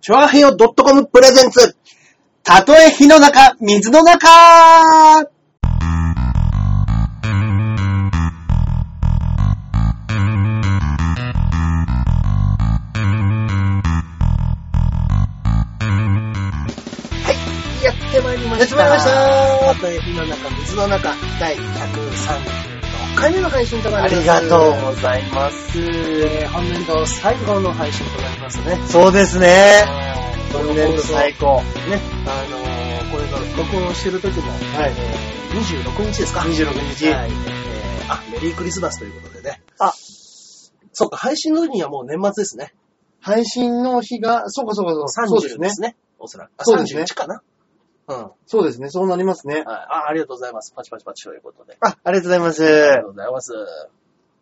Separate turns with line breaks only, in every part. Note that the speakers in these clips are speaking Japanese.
チョアヘヨ .com プレゼンツ。たとえ火の中、水の中
やってまいりました。
やってまいりました
たとえ火の中、水の中、第136回目の配信とな
あ
りま
り
す。
がとうございます。
えー、本年度最後の配信となりますね。
そうですね。
え
今年度最高。ね。
あのー、これが録音してる時も、
はい
えー26日ですか
26日
はい。えー、あ、メリークリスマスということでね。
あ、
そっか、配信の時にはもう年末ですね。
配信の日が、そうかそうかそうか。そうで
30
す
で
ね。
すね。おそらく。あ
そうですね
31かな。うん。はい。
そうですね。そうなりますね。
あ、ありがとうございます。パチパチパチということで。
あ、ありがとうございま
ありが
す
と。うございます。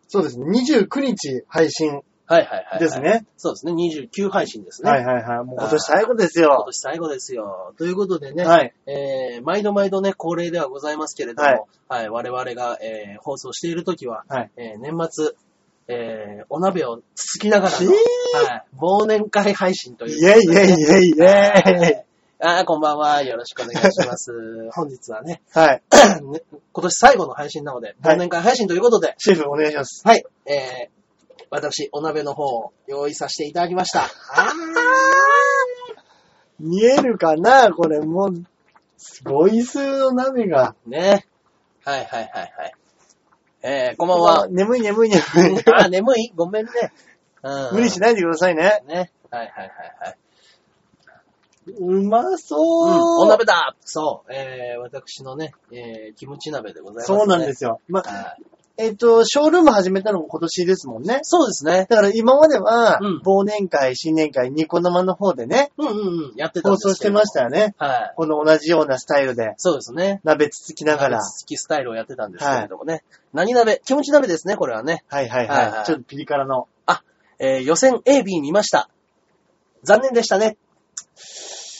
そうですね。29日配信
はいはいはいはい。
です。ね。
そうですね。29配信ですね。
はいはいはい。もう今年最後です
今
よ。
年最後ですよ。ということでね、
はい。
えー、毎度毎度ね、恒例ではございますけれども、はい、我々が、えー、放送しているときは、
はい
えー、年末、えー、お鍋をつつきながら
え
の、はい、忘年会配信という
イェイイェイイェイイェイ。
あーこんばんは。よろしくお願いし ます。本日はね、
はい。
ね今年最後の配信なので、
はい
忘年会配信ということで、
シェフお願いします。
はい、えー、私、お鍋の方を用意させていただきました。
見えるかなこれもう、すごい数の鍋が。
ね。はいはいはいはい。えー、こんばんは。
眠い眠 い眠い。
あ、眠いごめんね。うん、
無理し
な
ないでくださいね。
い。ね。はいはいはいはい。
うま
う
そう。
ん、お鍋だそう、えー、私のね、えー、キムチ鍋でございます、ね。。
そうなんですすよ。まあ、
はい、
えっ、と、ショールーム始めたのも今年ですもんね。
そうですね。
だから今までは、
うん
忘年会、新年会、ニコ生の方でね、
うんうんうん。やってたん
放
ですけど
送してましたよね。
はい。
この同じようなスタイルで、
そうですね。
鍋つつきながら。
好きスタイルをやってたんですけれどもね。何鍋キムチ鍋ですね、これはね。
はいはい
は
はいい。
はい
ちょっとピリ辛の。
えー、予選 A、B 見ました。残念でしたね。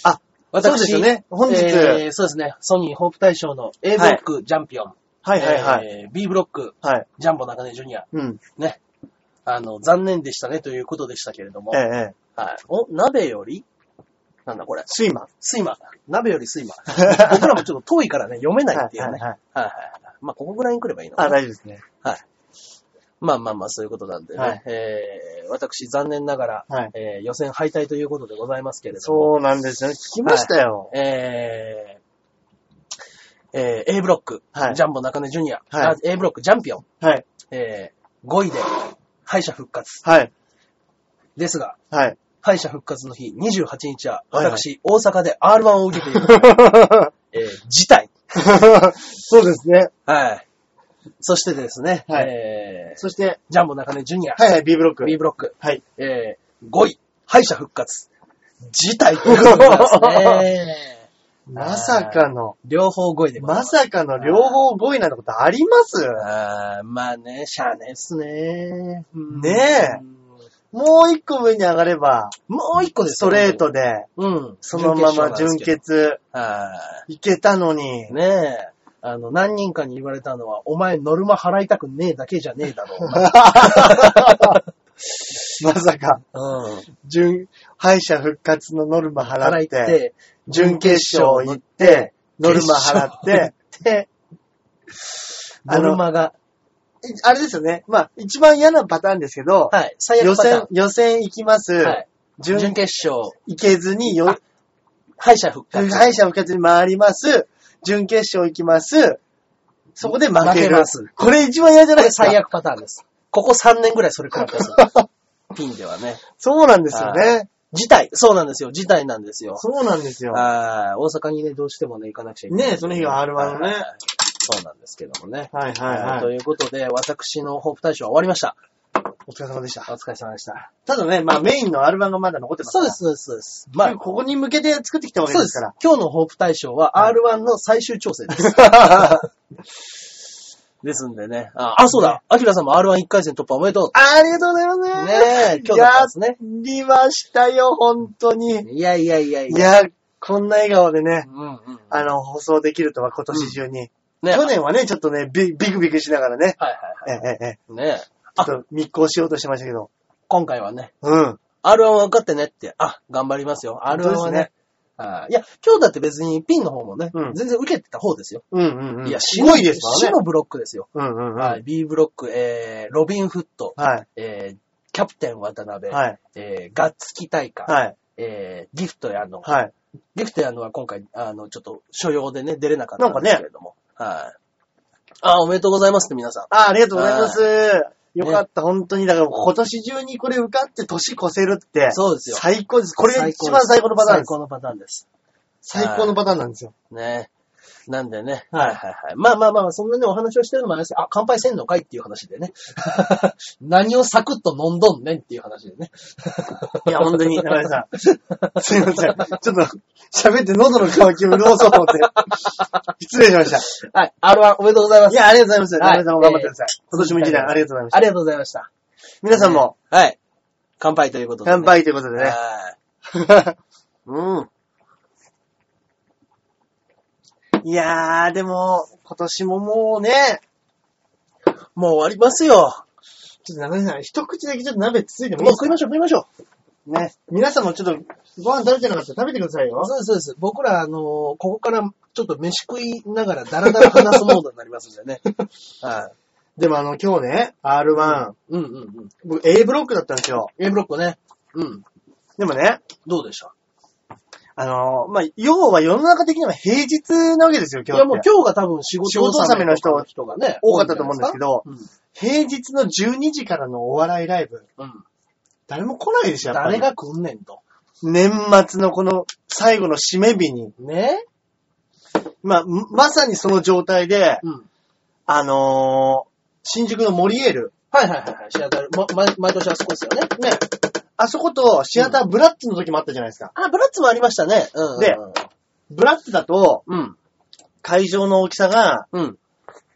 あ、
私
そうですよね本日
えーそうですね。ソニーホープ大賞の A ブロック、ジャンピオン。
はいはいはい。
えー B ブロック、
はい。
ジャンボ中根ジュニア。
うん。
ね。あの、残念でしたねということでしたけれども。
ええええ。
はい。お、鍋よりなんだこれ。
睡魔。
睡魔。鍋より睡魔。 僕らもちょっと遠いからね、読めないっていうね。はい
はいはい。
はいはい。まあ、ここぐらいに来ればいいのか
あ、
な。
大丈夫ですね。
まあまあまあ、そういうことなんでね。
はい
えー、私、残念ながら、
はい
えー予選敗退ということでございますけれども。
そうなんですよね。聞きましたよ。
えー、えー、A ブロック、
はい
ジャンボ中根ジュニア、
はい
あ A ブロック、ジャンピオン、
はい。
えー、5位で敗者復活。
はい。
ですが、
はい。
敗者復活の日28日は、
はいはい
私、大阪で R1 を受けて いる、えー、辞退。
そうですね。
はい。そしてですね、
はい
えー、
そして、
ジャンボ中根ジュニア、
はいはい、B ブロック。
B ブロック、
はい。
えー、5位、敗者復活、辞退ということでございますね。
まさかの、
両方5位でござい
ま
ます。
さかの両方5位なんてことあります
あーまあね、しゃあねえっすね。うん
ねえもう一個上に上がれば、
もう一個です
ストレー。トで、
うん。
そのまま準
準決
決
勝なんですけど。はい。
いけたのに、
ねえ。あの、何人かに言われたのは、お前ノルマ払いたくねえだけじゃねえだろ
まさか、
う。うん。
準、敗者復活のノルマ
払
払
い、
ってて、準決勝行って、ノルマ払って、で、
ノルマが、
あれですよね。まあ、一番嫌なパターンですけど、
はい、最悪
予
パターン
選、予選行きます。
はい
準、
準決勝、
行けずによ
あ、敗者復活。
敗者復活に回ります。準決勝行きます。そこで負け
負け
る
ます。
これ一番嫌じゃ
こ
ない
れ
ですか。
最悪パターンです。ここ3年ぐらいそれ食らってます。 ピンではね。
そうなんですよね。
事態、そうなんですよ。事態なんですよ。
そうなんですよ。は
あー大阪にね、どうしてもね、行かなくちゃいけない。
ねえその日は R1 のね
はいそうなんですけどもね
い。はい
と
はい。
いうことで、私のホープ大賞は終わりました。
お疲れ様でした。
お疲れ様でした。
ただね、まあメインのアルバムがまだ残ってますか
そう
ら。
です、。そうです、そうです。ま
ま
あ
あ、、ここに向けて作ってきたわけ
そう
で
ですす
か。
今日のホープ大賞は R1 の最終調 整です。
ら。
ですんでね。あ、あそうだ。アキラさんも R11 回戦突破おめでと
ありがとうございます
う。ねえ、今日だったんですね。
やりましたよ、本当に。
いやいやいやい
い
や。
や、こんな笑顔でね、
うんうん。
あの、放送できるとは今年中に。
ね
去年はね、ちょっとね、ビビクビクしながらね、
はいはい
えええ
は
えええ、
い。ねえ。
ちょっと密航しようとしてましたけど。
今回はね、
うん。
R1 は受かってねって、あ、頑張りますよ。
本当
R1
ですね
はね。はいいや、今日だって別にピンの方もね、
うん
全然受けてた方ですよ。
うんうんうん。
いや、
すごいです
死
からね。
のブロックですよ。
うんうんうん。
はい、B ブロック、えー、ロビンフット、
はい。
えー、キャプテン渡辺、
はい。
えー、ガッツキ大会、
はい。
えー、ギフトやの、
はい。
ギフトやのは今回、あの、ちょっと所要でね、出れなかったんですけれども。はい。あー、おめでとうございますって皆さん。
あ、ありがとうございます。よかった、本当に。だから今年中にこれ受かって年越せるって。
そうですよ。
最高です。これ
最高
一番最高のパターンで
最
す。
高のパターンです。
最高のパターンなんですよ。
ねなんでね。
はい
はいはい。まあまあまあ、そんなね、お話をしてるのもあれですけどあ、乾杯せんのかいっていう話でね。 何をサクッと飲んどんねんっていう話でね。
いや、本当 に、中井さん。すいません。ちょっと、喋って喉の渇きを潤そうと思 って。失礼しました。
はい。R1 おめでとうございま
い
す。
や、ありがとうございま
は
す。
い
中井さんも頑張ってください。今年も一年ありがとうございました。
ありがとうございました。
皆さんも、
はい。乾杯ということで、
乾杯ということでね。
はい。
うん。いやー、でも、今年ももうね、
もう終わりますよ。
ちょっと中井さん、一口だけちょっと鍋つついてもいい
もう
です
食いましょう食いましょう。
かね。皆さんもちょっと、ご飯食べてなかったら食べてくださいよ。
そうです、そうです。僕ら、あのーここからちょっと飯食いながらダラダラ話すモードになりますんで ね。はい。
でもあの、今日ね、R1、
うんうんうん。
僕 A ブロックだったんですよ。
A ブロックね。うん。
でもね、
どうでした
あのー、まあ、要は世の中的には平日なわけですよ、今日
いや
って。
もう今日が多分
仕
仕事
事納めの人
人がね、
多かったと思うんですけ
ど。
ど、
うん。
平日の12時からのお笑いライブ、
うん。
誰も来ないでしょ、やっぱ
誰
り。
が来んねんと。
年末のこの最後の締め日に、
ね
まあ、んまさにその状態で、
うん。
あのー、新宿のモリエール、
はいはいはいはい。シアタル、ま、毎毎年あそこですよね。
ね、あそことシアターブラッツの時もあったじゃないですか。
あ、ブラッツもありましたね。うんうんうん。
でブラッツだと、
うん。
会場の大きさが、
うん。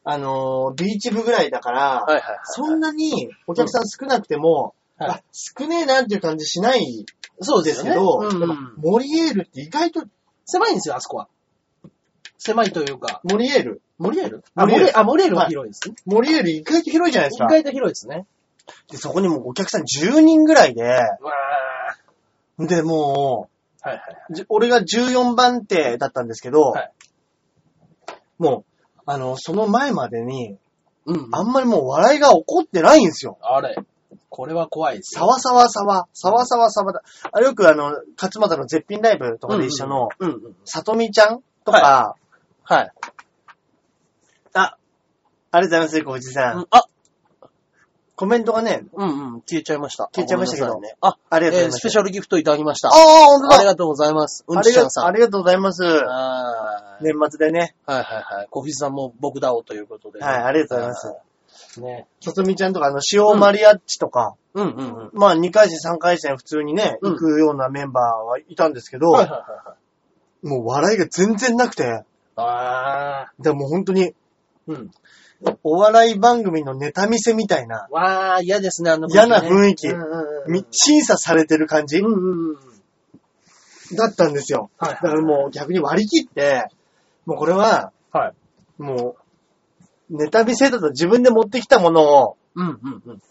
あのー、ビーチ部ぐらいだから、
はいはいはい。
そんなにお客さん少なくても、
はい
あ少ねえなっていう感じしない
そうで
ですす
け
け
ど
ど、、
うんう
やっぱ
ん
モリエールって意外と、
狭いんですよ、あそこは。狭いというか、
モリエール、
モリエル
モ
あ、モ
リエ
リ
ル
エル、あ、モリエルは広いですね。
モリエール意外と広いじゃないです
意
か。
外と広いですね。
で、そこにもうお客さん10人ぐらいで、
わ
で、も
ー。はいはい。
う、じ俺が14番手だったんですけど、
はい
もう、あの、その前までに、
うん。
あんまりもう笑いが起こってないんですよ。
あれ。これは怖いです
サ
よ。
ワサワサワ、サワサワサワだ。あよくあの、勝俣の絶品ライブとかで一緒の、
うんうん。
さとみちゃんとか、
はい。
あ、ありがとうございます、小藤さん。
うんあ、
コメントがね、
うんうん。消えちゃいました。
消えちゃいましたけど
ごめんなさいね。あ、
ありがとうござ
え
い
ー
ます。
スペシャルギフトいただきました。
ああ、本当だ
ありがとうございます。うん
あ
ち
り
ちゃ
が
んさん。
ありがとうございます。
あー
年末でね、
はいはいはい。コフィさんも僕だおということで、
はいありがとうございます
す。ね。
さとみちゃんとか、あの、塩マリアッチとか、
うんうんうん。
まあ、2回戦、3回戦普通にね、
うん
行くようなメンバーはいたんですけど、
はいはいはいはい。
もう笑いが全然なくて、
ああ。
でもう本当に、
うん。
お笑い番組のネタ見せみたいな、
わあ、嫌ですね、あの
嫌な雰囲気
うんうんうん
み審査されてる感じ
うんうんうん。
だったんですよ。
はいはい
だからもう逆に割り切って、もうこれは、
はい。
もう、ネタ見せだと自分で持ってきたものを、
うんうんうん。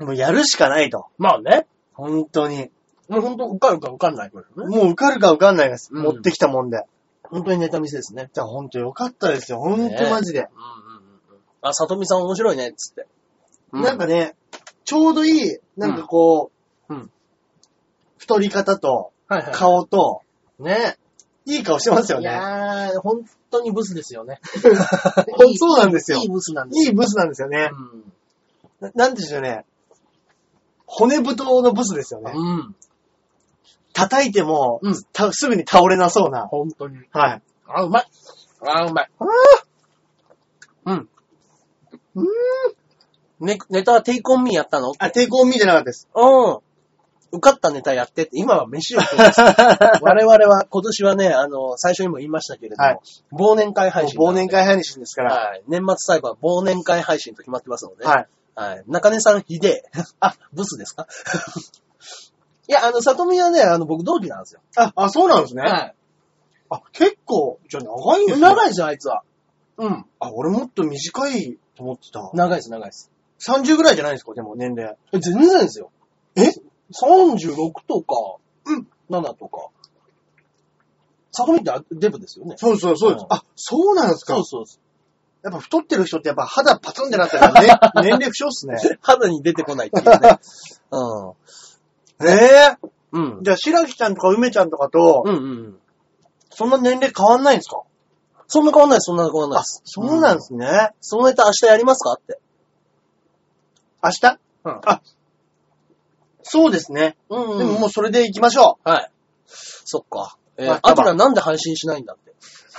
もうやるしかないと。
まあね。
本当に。
もう本当受かるか受かんないからね。
もう受かるか受かんないです。
うん
持ってきたもんで。
本当にネタ見せですね。
じゃあ本当よかったですよ。本
ね
当マジで。
うんうんうん。あ、さとみさん面白いね、つって。
なんかね、ちょうどいい、なんかこう、
うん
太り方と、
はいはい。
顔と、
ね。
いい顔してますよ
い
ね。
やー、本当にブスですよね。
ほん そうなんですよ
いい。ブスなんです
いいブスなんですよね
よ。。うん
ななんていうんでしょうね。骨太のブスですよね。
うん。
叩いても、
うん
たすぐに倒れなそうな。
本当に。
はい。
あ、うまい。あ、うまい。うん。
うーん。
ね、ネタはテイクオンミーやったの
あ、抵抗見てなかったです。
うん。受かったネタやってって、今は飯を 食う。我々は、今年はね、あの、最初にも言いましたけれども、
はい
忘年会配信。
もう忘年会配信ですから。は
はい。年末最後は忘年会配信と決まってますの
い。
で、はい。中根さん、ひでえ。 あ、ブスですか いや、あの、里見はね、あの、僕同期なんですよ。
あ、あ、そうなんですね。
は
あ、結構、じゃあ長いんで
い。
すね。
長いですよ、あいつは。うん。
あ、俺もっと短いと思ってた。
長いです、長いです。
30ぐらいじゃないですか、でも年齢。
え全然ですよ。
え
?36 とか、7とか。サトミってデブですよね。
そうそうそうです
うん。
あ、そうなんですか
そうそうそ
やっぱ太ってる人ってやっぱ肌パツンってなってるからね、 年齢不詳っすね。
う。 肌に出てこないっていうね。 う
ええ
ん。うん。
じゃあ、白木ちゃんとか梅ちゃんとかと、
うんうん。
そんな年齢変わんないんですか
そんな変わんないです、そんな変わんない
あ、
です。
そうなん
で。
ですすね。
そのネタ明日やりますかって。
明日
うん
あ、そうですね。
うん、
でももうそれで行きましょ
はい。そっか。え
ま
ー
あ、
アキラなんで配信しないんだって。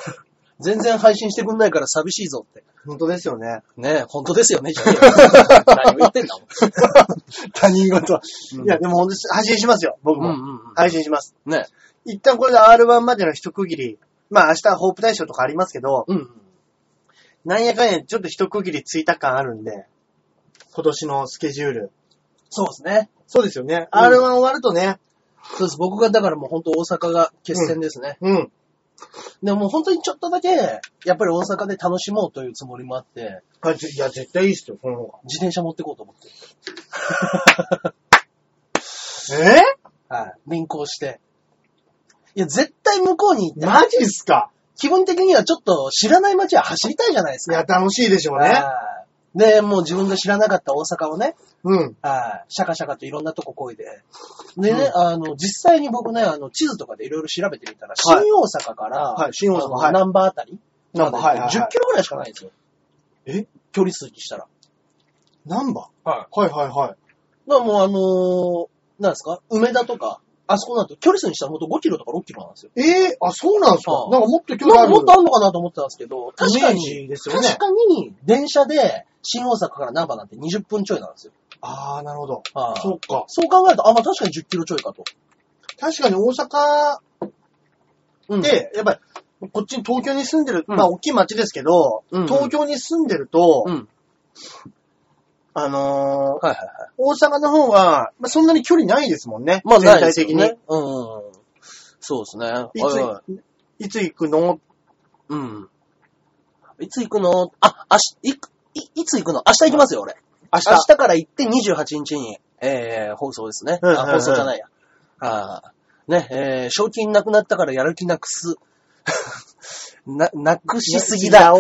全然配信してくんないから寂しいぞって。
う。本当ですよね。
ねえ、本当ですよね、じゃあ 何を言ってんだもん。
他人事。
うん
いや、でも本当に配信しますよ、僕
うん
も。
うんう
配信します。
ん。ねえ。
一旦これで R1 までの一区切り。まあ明日ホープ大賞とかありますけど、
うんうん。
なんやかんやちょっと一区切りついた感あるんで、今年のスケジュール。
そうですね。
そうですよね。
うん
R1 終わるとね。
そうです。僕がだからもう本当大阪が決戦ですね。
うん。
でももう本当にちょっとだけ、やっぱり大阪で楽しもうというつもりもあって、
あぜいや、絶対いいっすよ、この方が。
自転車持ってこうと思って。
え
はい。輪行して。いや、絶対向こうに行って、
マジっすか
気分的にはちょっと知らない街は走りたいじゃないです
い
か。
や、楽しいでしょうね。
はいで、もう自分が知らなかった大阪をね、
うん。
はいシャカシャカといろんなとここいで。でね、あの、実際に僕ね、あの、地図とかでいろいろ調べてみたら、
はい
新大阪から、
はい新大阪
あの
はい
南波あたり
なんか、はい、はい。
10キロぐらいしかないんですよ。
え
距離数にしたら。
ナンバ
は
ーはいはいはい。
だからもうあのーなんですか梅田とか、あそこなんて距離数にしたらもっと5キロとか6キロなんですよ。
ええあ、そうなんすか
うん
なんかもっと距
も
離あ
っ
る。
ともっとあんのかなと思ってたんですけど、確か
イメー
に、
ジですよね
確かに、電車で新大阪から南波なんて20分ちょいなんですよ。
ああ、なるほど。
はい
そっか。
そう考えると、あ、まあ確かに10キロちょいかと。
確かに大阪
うん
で、やっぱり、こっちに東京に住んでる、
うん
まあ大きい町ですけど、
うんうん
東京に住んでると、
ん。
あのー
はいはいは
大阪の方が、まあ、そんなに距離ないですもんね。
い。まあ、
全
ないで
体
すよ
的
ね
に。。
うんうんうん。そうですね。
い
はいはい
つ、いつ行くの
うん。いつ行くのあ、明日、いく、い、いつ行くの明日行きますよ、俺。
明
明日から行って28日に、えー、放送ですね。
うんうんうん
あ、放送じゃないや。あーね、えー、賞金なくなったからやる気なくす。 な、なくしすぎだ。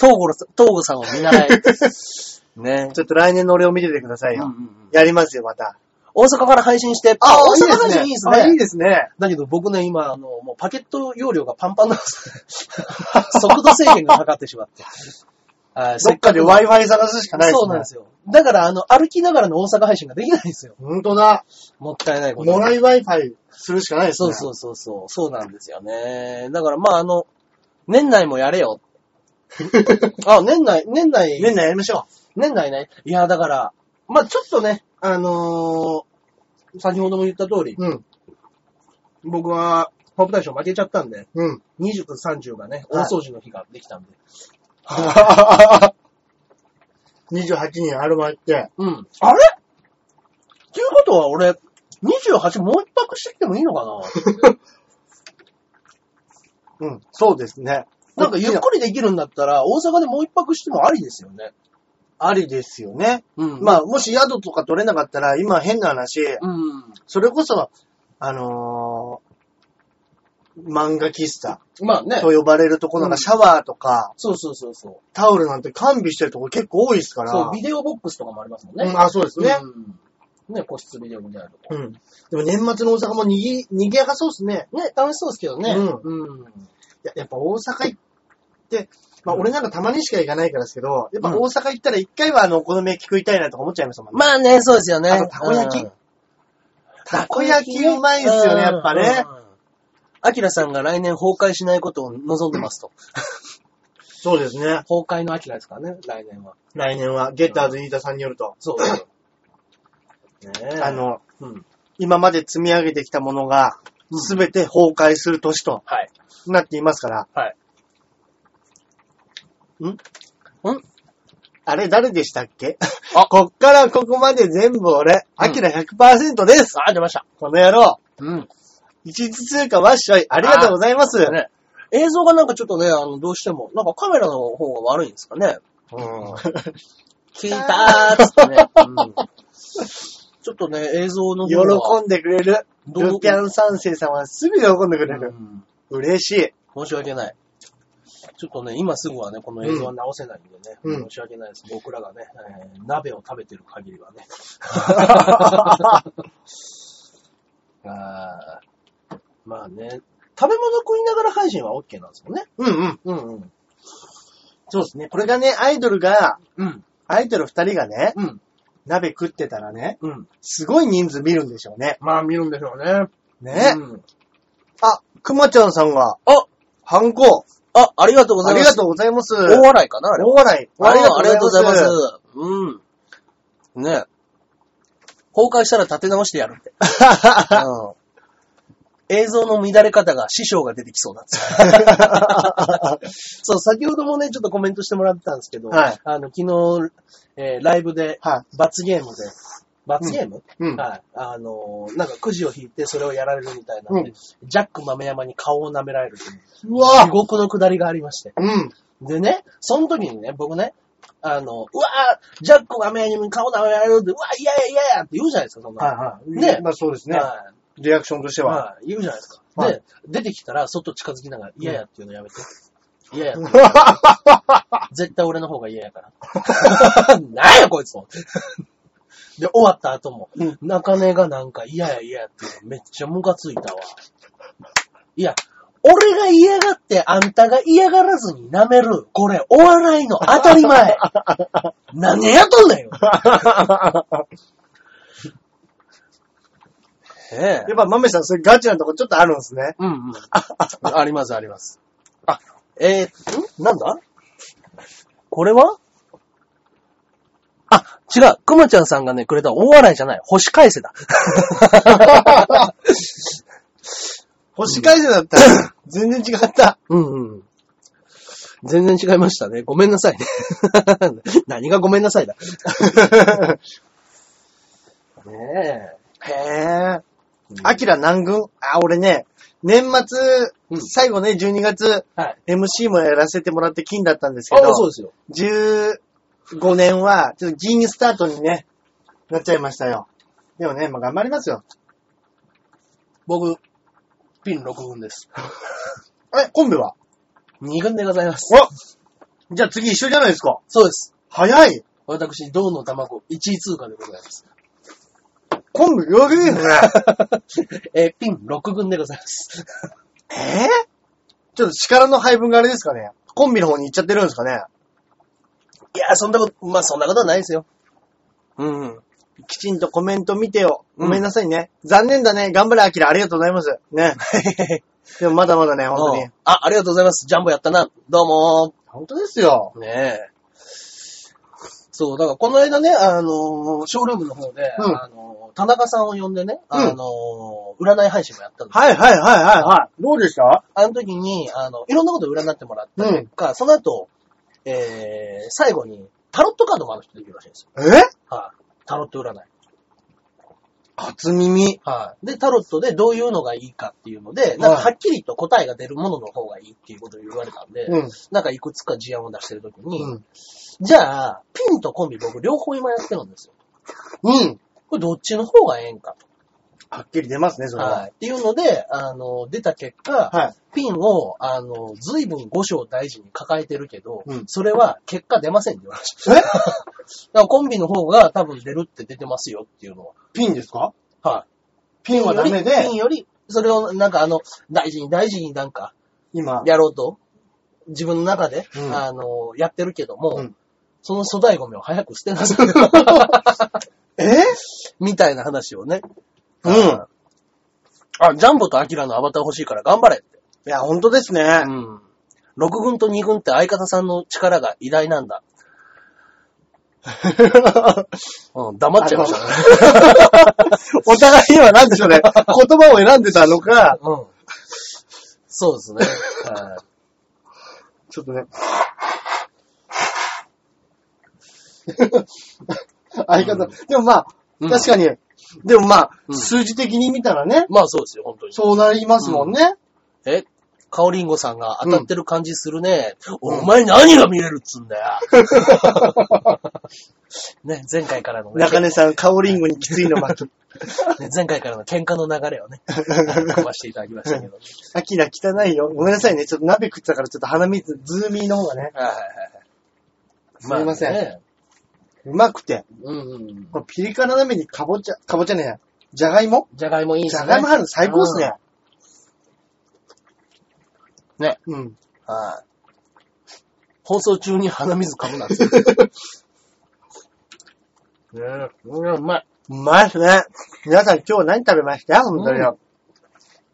東郷さん、東郷さんを見習い。ね。
ちょっと来年の俺を見ててくださいよ。
うんうんうん
やりますよ、また。
大阪から配信して、あ、大阪配信いいですね。
あいいですね。
だけど僕ね、今、あの、もうパケット容量がパンパンなんです。速度制限がかかってしまって。はい
どっかで Wi-Fi 探すしかないですね。
そうなんですよ。だから、あの、歩きながらの大阪配信ができないんですよ。
本当だ。
もったいないことに。
もらい Wi-Fi するしかないです
そ
ね。
うそうそうそう。そうなんですよね。だから、まあ、あの、年内もやれ よ。あ、年内、年内、
年内やりましょ
年内ね。いや、だから、まあ、ちょっとね、あのー先ほども言った通り、
う。うん。
僕は、ポップ大賞負けちゃったんで、
うん。
20と30がね、大
はい
掃除の日ができたんで。
28人アルバイトって。
うん。あれっていうことは俺、28もう一泊してきてもいい のか
うん、そうですね。
ななんかゆっくりできるんだったら、大阪でもう一泊してもありですよね。
ありですよね。
うんまあ、
まあ、もし宿とか取れなかったら、今変な話、
うん。
それこそ、あのー漫画喫茶
まあね。
と呼ばれるところ
うん
がシャワーとか、
そうそうそうそう。
タオルなんて完備してるとこ結構多いですから。
そう、ビデオボックスとかもありますもんね。
うんあ、そうですね。
うん。ね、個室ビデオみたいなとこ。
うん。でも年末の大阪もにぎ、にぎやかそうですね。
ね、楽しそうですけどね。うん。
いや、やっぱ大阪行って、まあ
うん
俺なんかたまにしか行かないからですけど、やっぱ大阪行ったら一回はあの、お好み焼き食いたいなとか思っちゃいますもんね。
まあね、そうですよね。
あとたこ焼き
うん
たこ焼きうまいっすよね、やっぱね。。
アキラさんが来年崩壊しないことを望んでますと。
そうですね。
崩壊のアキラですからね、来年は。
来年は、ゲッターズ飯田さんによると、
そうそう。ねえ。
あ、の、
うん。
今まで積み上げてきたものが、すべて崩壊する年と
はい。
なっていますから、
はい。
あれ誰でしたっけ
あ
こっからここまで全部俺、アキラ100%です、
あ、出ました。
この野郎
うん。
一日通過わっしょいありがとうございます
ね。映像がなんかちょっとね、あの、どうしても、なんかカメラの方が悪いんですかね。
うん
聞いたーっつってね。うんちょっとね、映像の
喜
方は
んでくれる。
どう
ルピャン三世様はすぐ喜んでくれ
う
る。
ん
嬉しい。
申し訳ない。ちょっとね、今すぐはね、この映像は直せないんでね、
うん
申し訳ないです。僕らがね、えー鍋を食べてる限りは ね。あーまあね、食べ物食いながら配信は OK なんですもんね。
うんうん。
うんうん。
そうですね。これがね、アイドルが、
うん。
アイドル二人がね、
うん。
鍋食ってたらね、
うん。
すごい人数見るんでしょうね。
まあ見るんでしょうね。
ね。
うん
あ、くまちゃんさんが、
あ
ハンコ、
あ、ありがとうござ
あ
い
り
ま
が
す。
とうございます。
大笑いかな、あれは
大笑い。
ありがとうございます。うん。ね崩壊したら立て直してやるって。うん 映像の乱れ方が師匠が出てきそうなんです よそう、先ほどもね、ちょっとコメントしてもらったんですけど、
はい
あの、昨日、えーライブで、
は
罰ゲームで、罰ゲーム、
い。うん。
はい。あのーなんかくじを引いてそれをやられるみたいなんで、
う
ジャック豆山に顔を舐められるという
う
地
わ
獄の下りがありまして。
うん。
でね、その時にね、僕ね、あの、うわぁ、ジャックが目に顔舐められるって、うわぁ、いやいやいやいやって言うじゃないですか、そんな。
はいはい。
ね
まあそうです
ね
ね。。リアクションとしては。
まあ、言うじゃないですか。
は
で、出てきたら、外近づきながら、いやいやっていうのやめて。いやいやって、絶対俺の方が嫌やから。 なんやこいつも。で、終わった後も、
うん
中根がなんか嫌や嫌やっていうのめっちゃムカついたわ。いや、俺が嫌がってあんたが嫌がらずに舐める。これ、お笑いの当たり前。何年やっとんねんよ。え
やっぱ、豆さん、そういうガチなとこちょっとあるんですね。
うんうん。あります、あります。あ、えー、んなんだこれはあ、違う。くまちゃんさんがね、くれた大笑いじゃない。星返せ だ。
星解除だ ったら、全然違った。
うんうん。全然違いましたね。ごめんなさいね。 何がごめんなさいだ。 ね
へえ。
え。
アキラ南軍あ、俺ね、年末、
うん
最後ね、12月、
はい。
MC もやらせてもらって金だったんですけ
あ、そう
ど、
ですよ。
15年は、ちょっと銀スタートにね、なっちゃいましたよ。でもね、まあ頑張りますよ。
僕、ピン6軍です。
え、コンビは
2軍でございます。
おじゃあ次一緒じゃないですか。
そうです。
早い。
私、銅の卵、1位通過でございます。
コンビ両方いいですね。
えーピン6軍でございます。
えーちょっと力の配分があれですかね。コンビの方に行っちゃってるんですかね。
いやー、そんなこと、まあ、そんなことはないですよ。うん。
きちんとコメント見てよ。
うん
ごめんなさいね。残念だね。頑張れ、アキラ。ありがとうございます。 ね。でもまだまだね、本当
う
に
ん。あ、ありがとうございます。ジャンボやったな。どうも
本当ですよ。
ー。ねえ。そう、だからこの間ね、あのーショールームの方で、
うん
あのー田中さんを呼んでね、あのー占い配信もやったんですよ
はいはいはいはいはい。どうでした
あの時に、あの、いろんなことを占ってもらったりとか、その後、えー、最後に、タロットカードもあの人できるらしいんですよ。
え
はい、タロット占い。はい、
初耳。
で、タロットでどういうのがいいかっていうので、なんかはっきりと答えが出るものの方がいいっていうことを言われたんで、
うん。
なんかいくつか事案を出してる時に、
うん。
じゃあ、ピンとコンビ僕両方今やってるんですよ。
うん。
これどっちの方がええんか
はっきり出ますね、
と。
それは。
はい。っていうので、あの、出た結果、
はい。
ピンを、あの、随分五章大事に抱えてるけど、
うん
それは結果出ませんって言われました。
え
だからコンビの方が多分出るって出てますよっていうのは。
ピンですか
はい。
ピンはダメで
ピンより、ピンよりそれをなんかあの、大事に大事になんか、
今。
やろうと、自分の中で、
うん
あの、やってるけども、
うん
その粗大ゴミを早く捨てなさい。
え
みたいな話をね。
うん
あ、ジャンボとアキラのアバター欲しいから頑張れって。
いや、本当です ね
う。ん。6軍と2軍って相方さんの力が偉大なん だ。うん、黙っちゃいましたね。
お互いには何で しょうね。言葉を選んでたのか、
うん。そうですね。はい
ちょっとね。 相方、でもまあ、
うん
確かに、でもまあ、
うん
数字的に見たらね、
まあそうですよ、本当に。
そうなりますもんね。
え、カオリンゴさんが当たってる感じするね。お前何が見れるっつうんだよ。 ね、前回からのね、
中根さん、カオリンゴにきつい の巻き。
ね前回からの喧嘩の流れをね、飛ばしていただきましたけどね。
アキラ汚いよ。ごめんなさいね。ちょっと鍋食ってたから、ちょっと鼻水、ズーミーの方がね。
はいはいはい。
すいません
あね
うまくて。
うんうんうん。
このピリ辛鍋にかぼちゃ、かぼちゃねえやじゃがいも
じゃがいもいいで
じ
す
ゃ
ね。
がいもあるの最高っすね。
うん。ね。
うん。
はい。放送中に鼻水かぶなん ですよ。ねえ、これはうまい。
うまいっすね。皆さん今日何食べました本当に。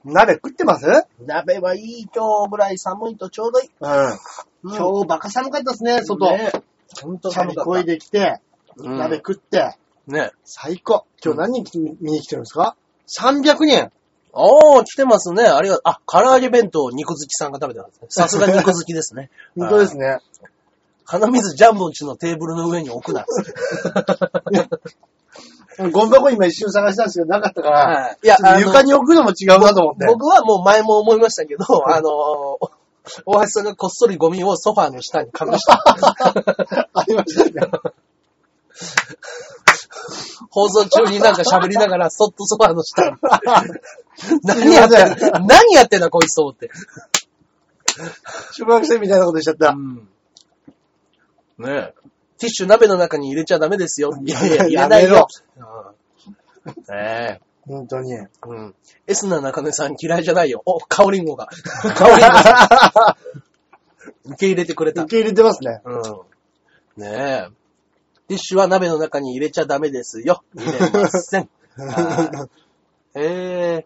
鍋食ってますうん。
鍋はいい今日ぐらい寒いとちょうどいい。今
今日バカ寒かったっすね、
日、
外。
ね、ほんと
寒
寒
い
かった。
声で来て、
うん
鍋食って、
ね。
最高。今日何人見に来てるんですか ?300 人。
おー、来てますね。ありがとう。あ、唐揚げ弁当を肉好きさんが食べてますね。さすが肉好きです ね。
本当ですね。
鼻水ジャンボンちのテーブルの上に置くな。
ゴミ箱今一瞬探したんですけど、なかったから、
はいいや
ちょっと床
あの
に置くのも違うなと思って。
僕はもう前も思いましたけど、あのー、大橋さんがこっそりゴミをソファーの下に隠 した。
ありましたね。
放送中になんか喋りながら、そっとソファーの 下に。何やってんだ、何やってんだ、こいつと思って。
小学生みたいなことしちゃった。
ねえ。ティッシュ鍋の中に入れちゃダメですよ。いやいや、入れ
や
な
め
いよ
ろ。
うん ねえ。
本当に。
うん。S な中根さん嫌いじゃないよ。お、カオリンゴが。 カオリンゴが受け入れてくれた
受。け入れてますね。
うん。ねえ。ティッシュは鍋の中に入れちゃダメですよ。入れませ ん。はいえ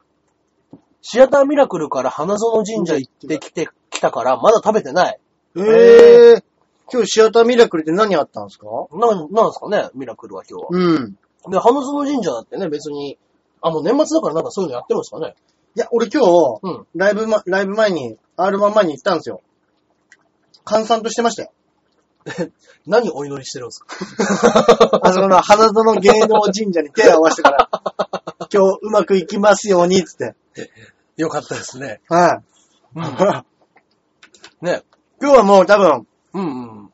ー、シアターミラクルから花園神社行ってきて、来たから、まだ食べてない。
へー。今日シアターミラクルって何あったんですか
なん、なんすかね、ミラクルは今日
うん。
は。で、花園神社だってね、別に、あ、もう年末だからなんかそういうのやってるんですかね。
いや、俺今日、
うん。
ライブま、ライブ前に、R1 前に行ったんですよ。閑散としてましたよ。
何お祈りしてるんですか
あそこの花園芸能神社に手を合わせて から、今日うまくいきますように、つって。
よかったですね。
はい。
うん
今
ね。
日はもう多分、
うんうん。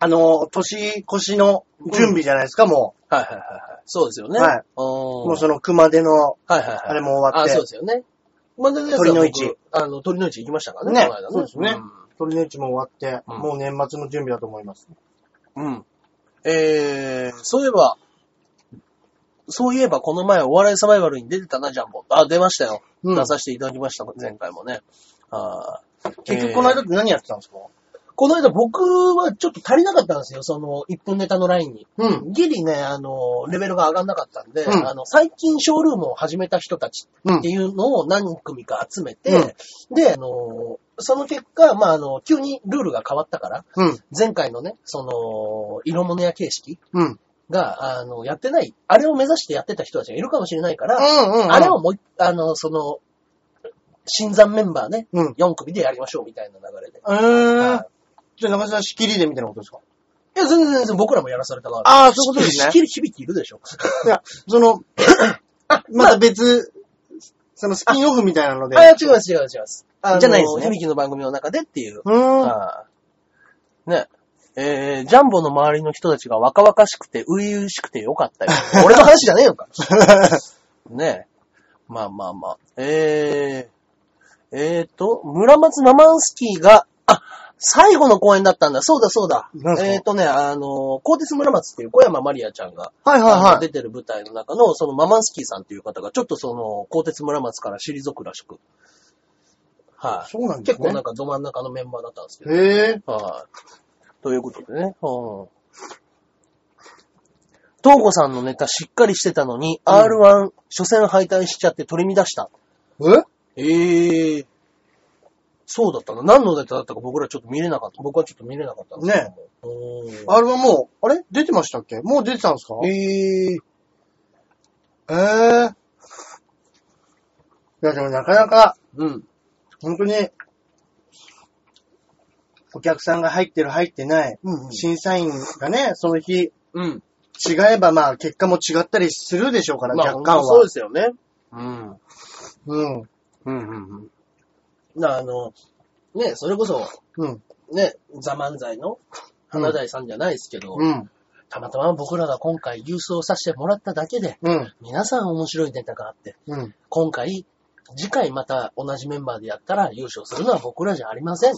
あの、年越しの準備じゃないですか、も
はいはいはいはい。そうですよね。
はい。
お
う。
ー
もうその熊手の、
はいはいはい。
あれも終わって
あ、そうですよね。まあ、全然
鳥の市
僕あの、鳥の市行きましたからね。
ね
この間
そうですね鳥の市も終わって、
うん
もう年末の準備だと思います。
うん。うんえー、そういえば、そういえばこの前お笑いサバイバルに出てたな、ジャンボ。あ、出ましたよ。
うん
出させていただきました、前回もね。あー
結局この間
え
って何やってたんですか、
ーこの間僕はちょっと足りなかったんですよ、その1分ネタのラインに。
うん。
ギリね、あの、レベルが上がんなかったんで、
うん
あの、最近ショールームを始めた人たち
うん
っていうのを何組か集めて、
う
で、あの、その結果、まあ、あの、急にルールが変わったから、
うん。
前回のね、その、色物屋形式
うん。うん。
が、あの、やってない、あれを目指してやってた人たちがいるかもしれないから、
うん。
あれをもう一、あの、その、新参メンバーね、
うん。
4組でやりましょうみたいな流れで。
えー
は。
じゃあ中島さん仕切りでみたいなことですか
いや、全然全然僕らもやらされたから。
あーそういうことですね
しきり響きいるでしょ。
いや、そ の、また別、そのスピンオフみたいなので。
あ、いや違います、違います、違います。あの
じゃないですね
響きの番組の中でっていう。
うーん。
ああね。えー、ジャンボの周りの人たちが若々しくて、初々しくてよ かったよ。俺の話じゃねえのか。ねまあまあまあ。えー、えーと、村松ナマンスキーが、あ、最後の公演だったんだ。そうだそうだ
なんす。か
えーとね、あの、コーティス村松っていう小山マリアちゃんが、
はい
あの
は
出てる舞台の中の、そのママンスキーさんっていう方が、ちょっとその、鋼鉄村松から退くらしく。はい、
そうなんです
結
ね
構なんかど真ん中のメンバーだったんですけ
い
ど。
はい。へえ。
はい、ということでね。うん。東子さんのネタしっかりしてたのに、
うん
R1 初戦敗退しちゃって取り乱した。
え
ええそうだったな。何のネタだったか僕らちょっと見れなかった。僕はちょっと見れなかったんですけども。うん
あれはもう、あれ出てましたっけもう出てたんですか
ええ
ええ。いやでもなかなか、
うん。
本当に、お客さんが入ってる入ってない、
うん
審査員がね、その日、
うん。
違えばまあ結果も違ったりするでしょうから、
まあ
若干
そう
は。
ですよね。うん。
うん。
うんうんうん。なあの、ね、それこそ、
うん。
ね、ザ・漫才の花大さんじゃないですけど、
うん。
たまたま僕らが今回郵送させてもらっただけで、
うん。
皆さん面白いネタがあって、
うん。
今回、次回また同じメンバーでやったら優勝するのは僕らじゃありません。っ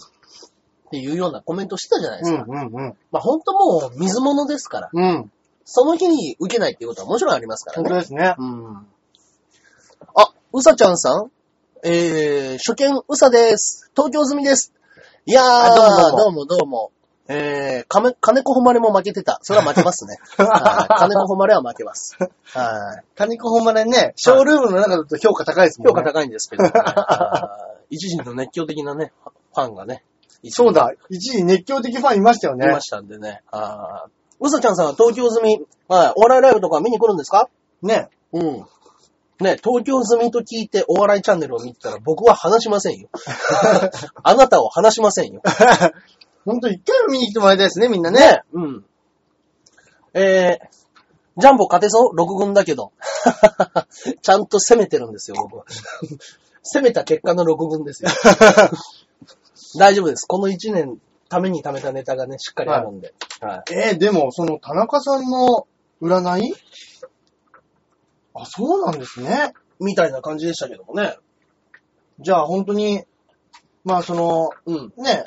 ていうようなコメントしてたじゃないで
う
す
ん
か。。
うん。
まあ本当もう水物ですから、
うん。
その日に受けないっていうことはもちろんありますから
本
ね。
当ですね。
うん。あ、うさちゃんさんえー、初見うさです。東京済みです。いや
あど
ー、どうもどうも。えー、かめ、金子誉れも負けてた。それは負けます ね。はい金子誉れは負けます。はい。
谷子ほんまねね、ショールームの中だと評価高いですも
評
んね。
価高いんで すけど、はい一時の熱狂的なね、ファンがね、
そうだ、一時熱狂的ファンいましたよ
い
ね。
ましたんでね。あーうさちゃんさんは東京済み、はい、お笑いライブとか見に来るんですか
ね。
うん。ね、東京済みと聞いてお笑いチャンネルを見てたら僕は話しません よ。あなたを話しませんよ。
ほんと一回は見に来てもらいたいですね、みんなね。
ね。うん。えー、ジャンボ勝てそう ?6 軍だけど。 ちゃんと攻めてるんですよ、僕は。 攻めた結果の6軍ですよ。 大丈夫です。この1年、ために貯めたネタがね、しっかりあるんで。はい。
えーでも、その田中さんの占いあ、そうなんですね。
みたいな感じでしたけどもね。
じゃあ本当に、まあその、
うん。
ね、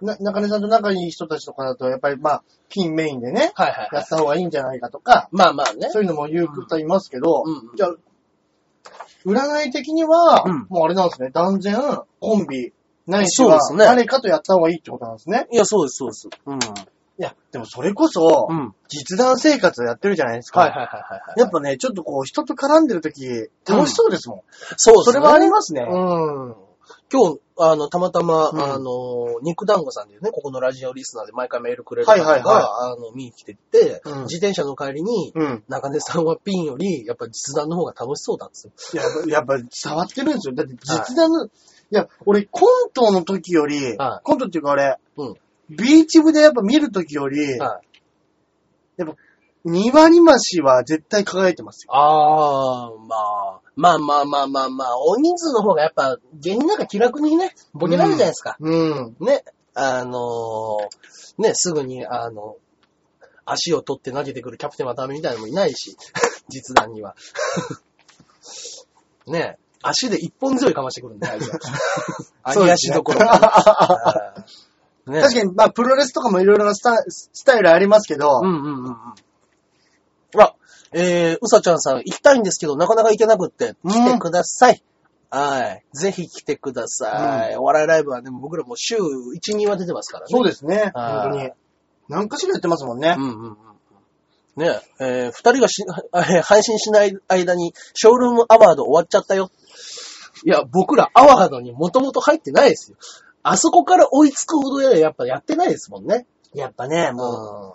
な中根さんと仲いい人たちとかだと、やっぱりまあ、金メインでね、
はいはいは
や
い
っ。た方がいいんじゃないかとか、
まあまあね。
そういうのも言う方いますけど、
うん
じゃあ、占い的には、
うん
もうあれなんですね、断然コンビ、ないし
そうで
は
す、ね
誰かとやった方がいいってことなんですね。
いや、そうです、そうです。うん。
いや、でもそれこそ、
うん。
実弾生活やってるじゃないですか。
はいはいはいはいはい。
やっぱね、ちょっとこう、人と絡んでるとき、楽しそうですもん。
そう
それはありますすね。
うん。今日、あの、たまたま、
うん
あの、肉団子さんでね、ここのラジオリスナーで毎回メールくれる
は
方
い
が、
はい
あの、見に来てって、
うん
自転車の帰りに、
うん。
中根さんはピンより、やっぱ実弾の方が楽しそうだっつって。
やっぱ、やっぱ触ってるんですよ。だって実弾の、い、や、俺コントの時より、
はい
コントっていうか俺、
うん
ビーチ部でやっぱ見る時より、
はい。
2割増しは絶対輝いてますよ。
あー、まあ、まあまあまあまあまあ、大人数の方がやっぱ、芸人なんか気楽にね、ボケられるじゃないですか。
うん。
ね、あのーね、すぐに、あの、足を取って投げてくるキャプテン渡辺みたいなのもいないし、 実弾には。 ね、足で一本強いかましてくるんで、あい つは。揚げ足どころか。ね
確かに、まあ、プロレスとかもいろいろなスタスタイルありますけど、
うんうんうんうん。あ、えー、うさちゃんさん、行きたいんですけど、なかなか行けなくって、
うん
来てください。はい。ぜひ来てください。お笑いライブはね、僕らもう週1、2は出てますからね。
そうですね、
あー
本当に。何かしらやってますもんね。
うんうんうん。ねえ、えー二人がし、 えー配信しない間に、ショールームアワード終わっちゃったよ。いや、僕らアワードにもともと入ってないですよ。あそこから追いつくほどや、やっぱやってないですもんね。
やっぱね、もう、
うん。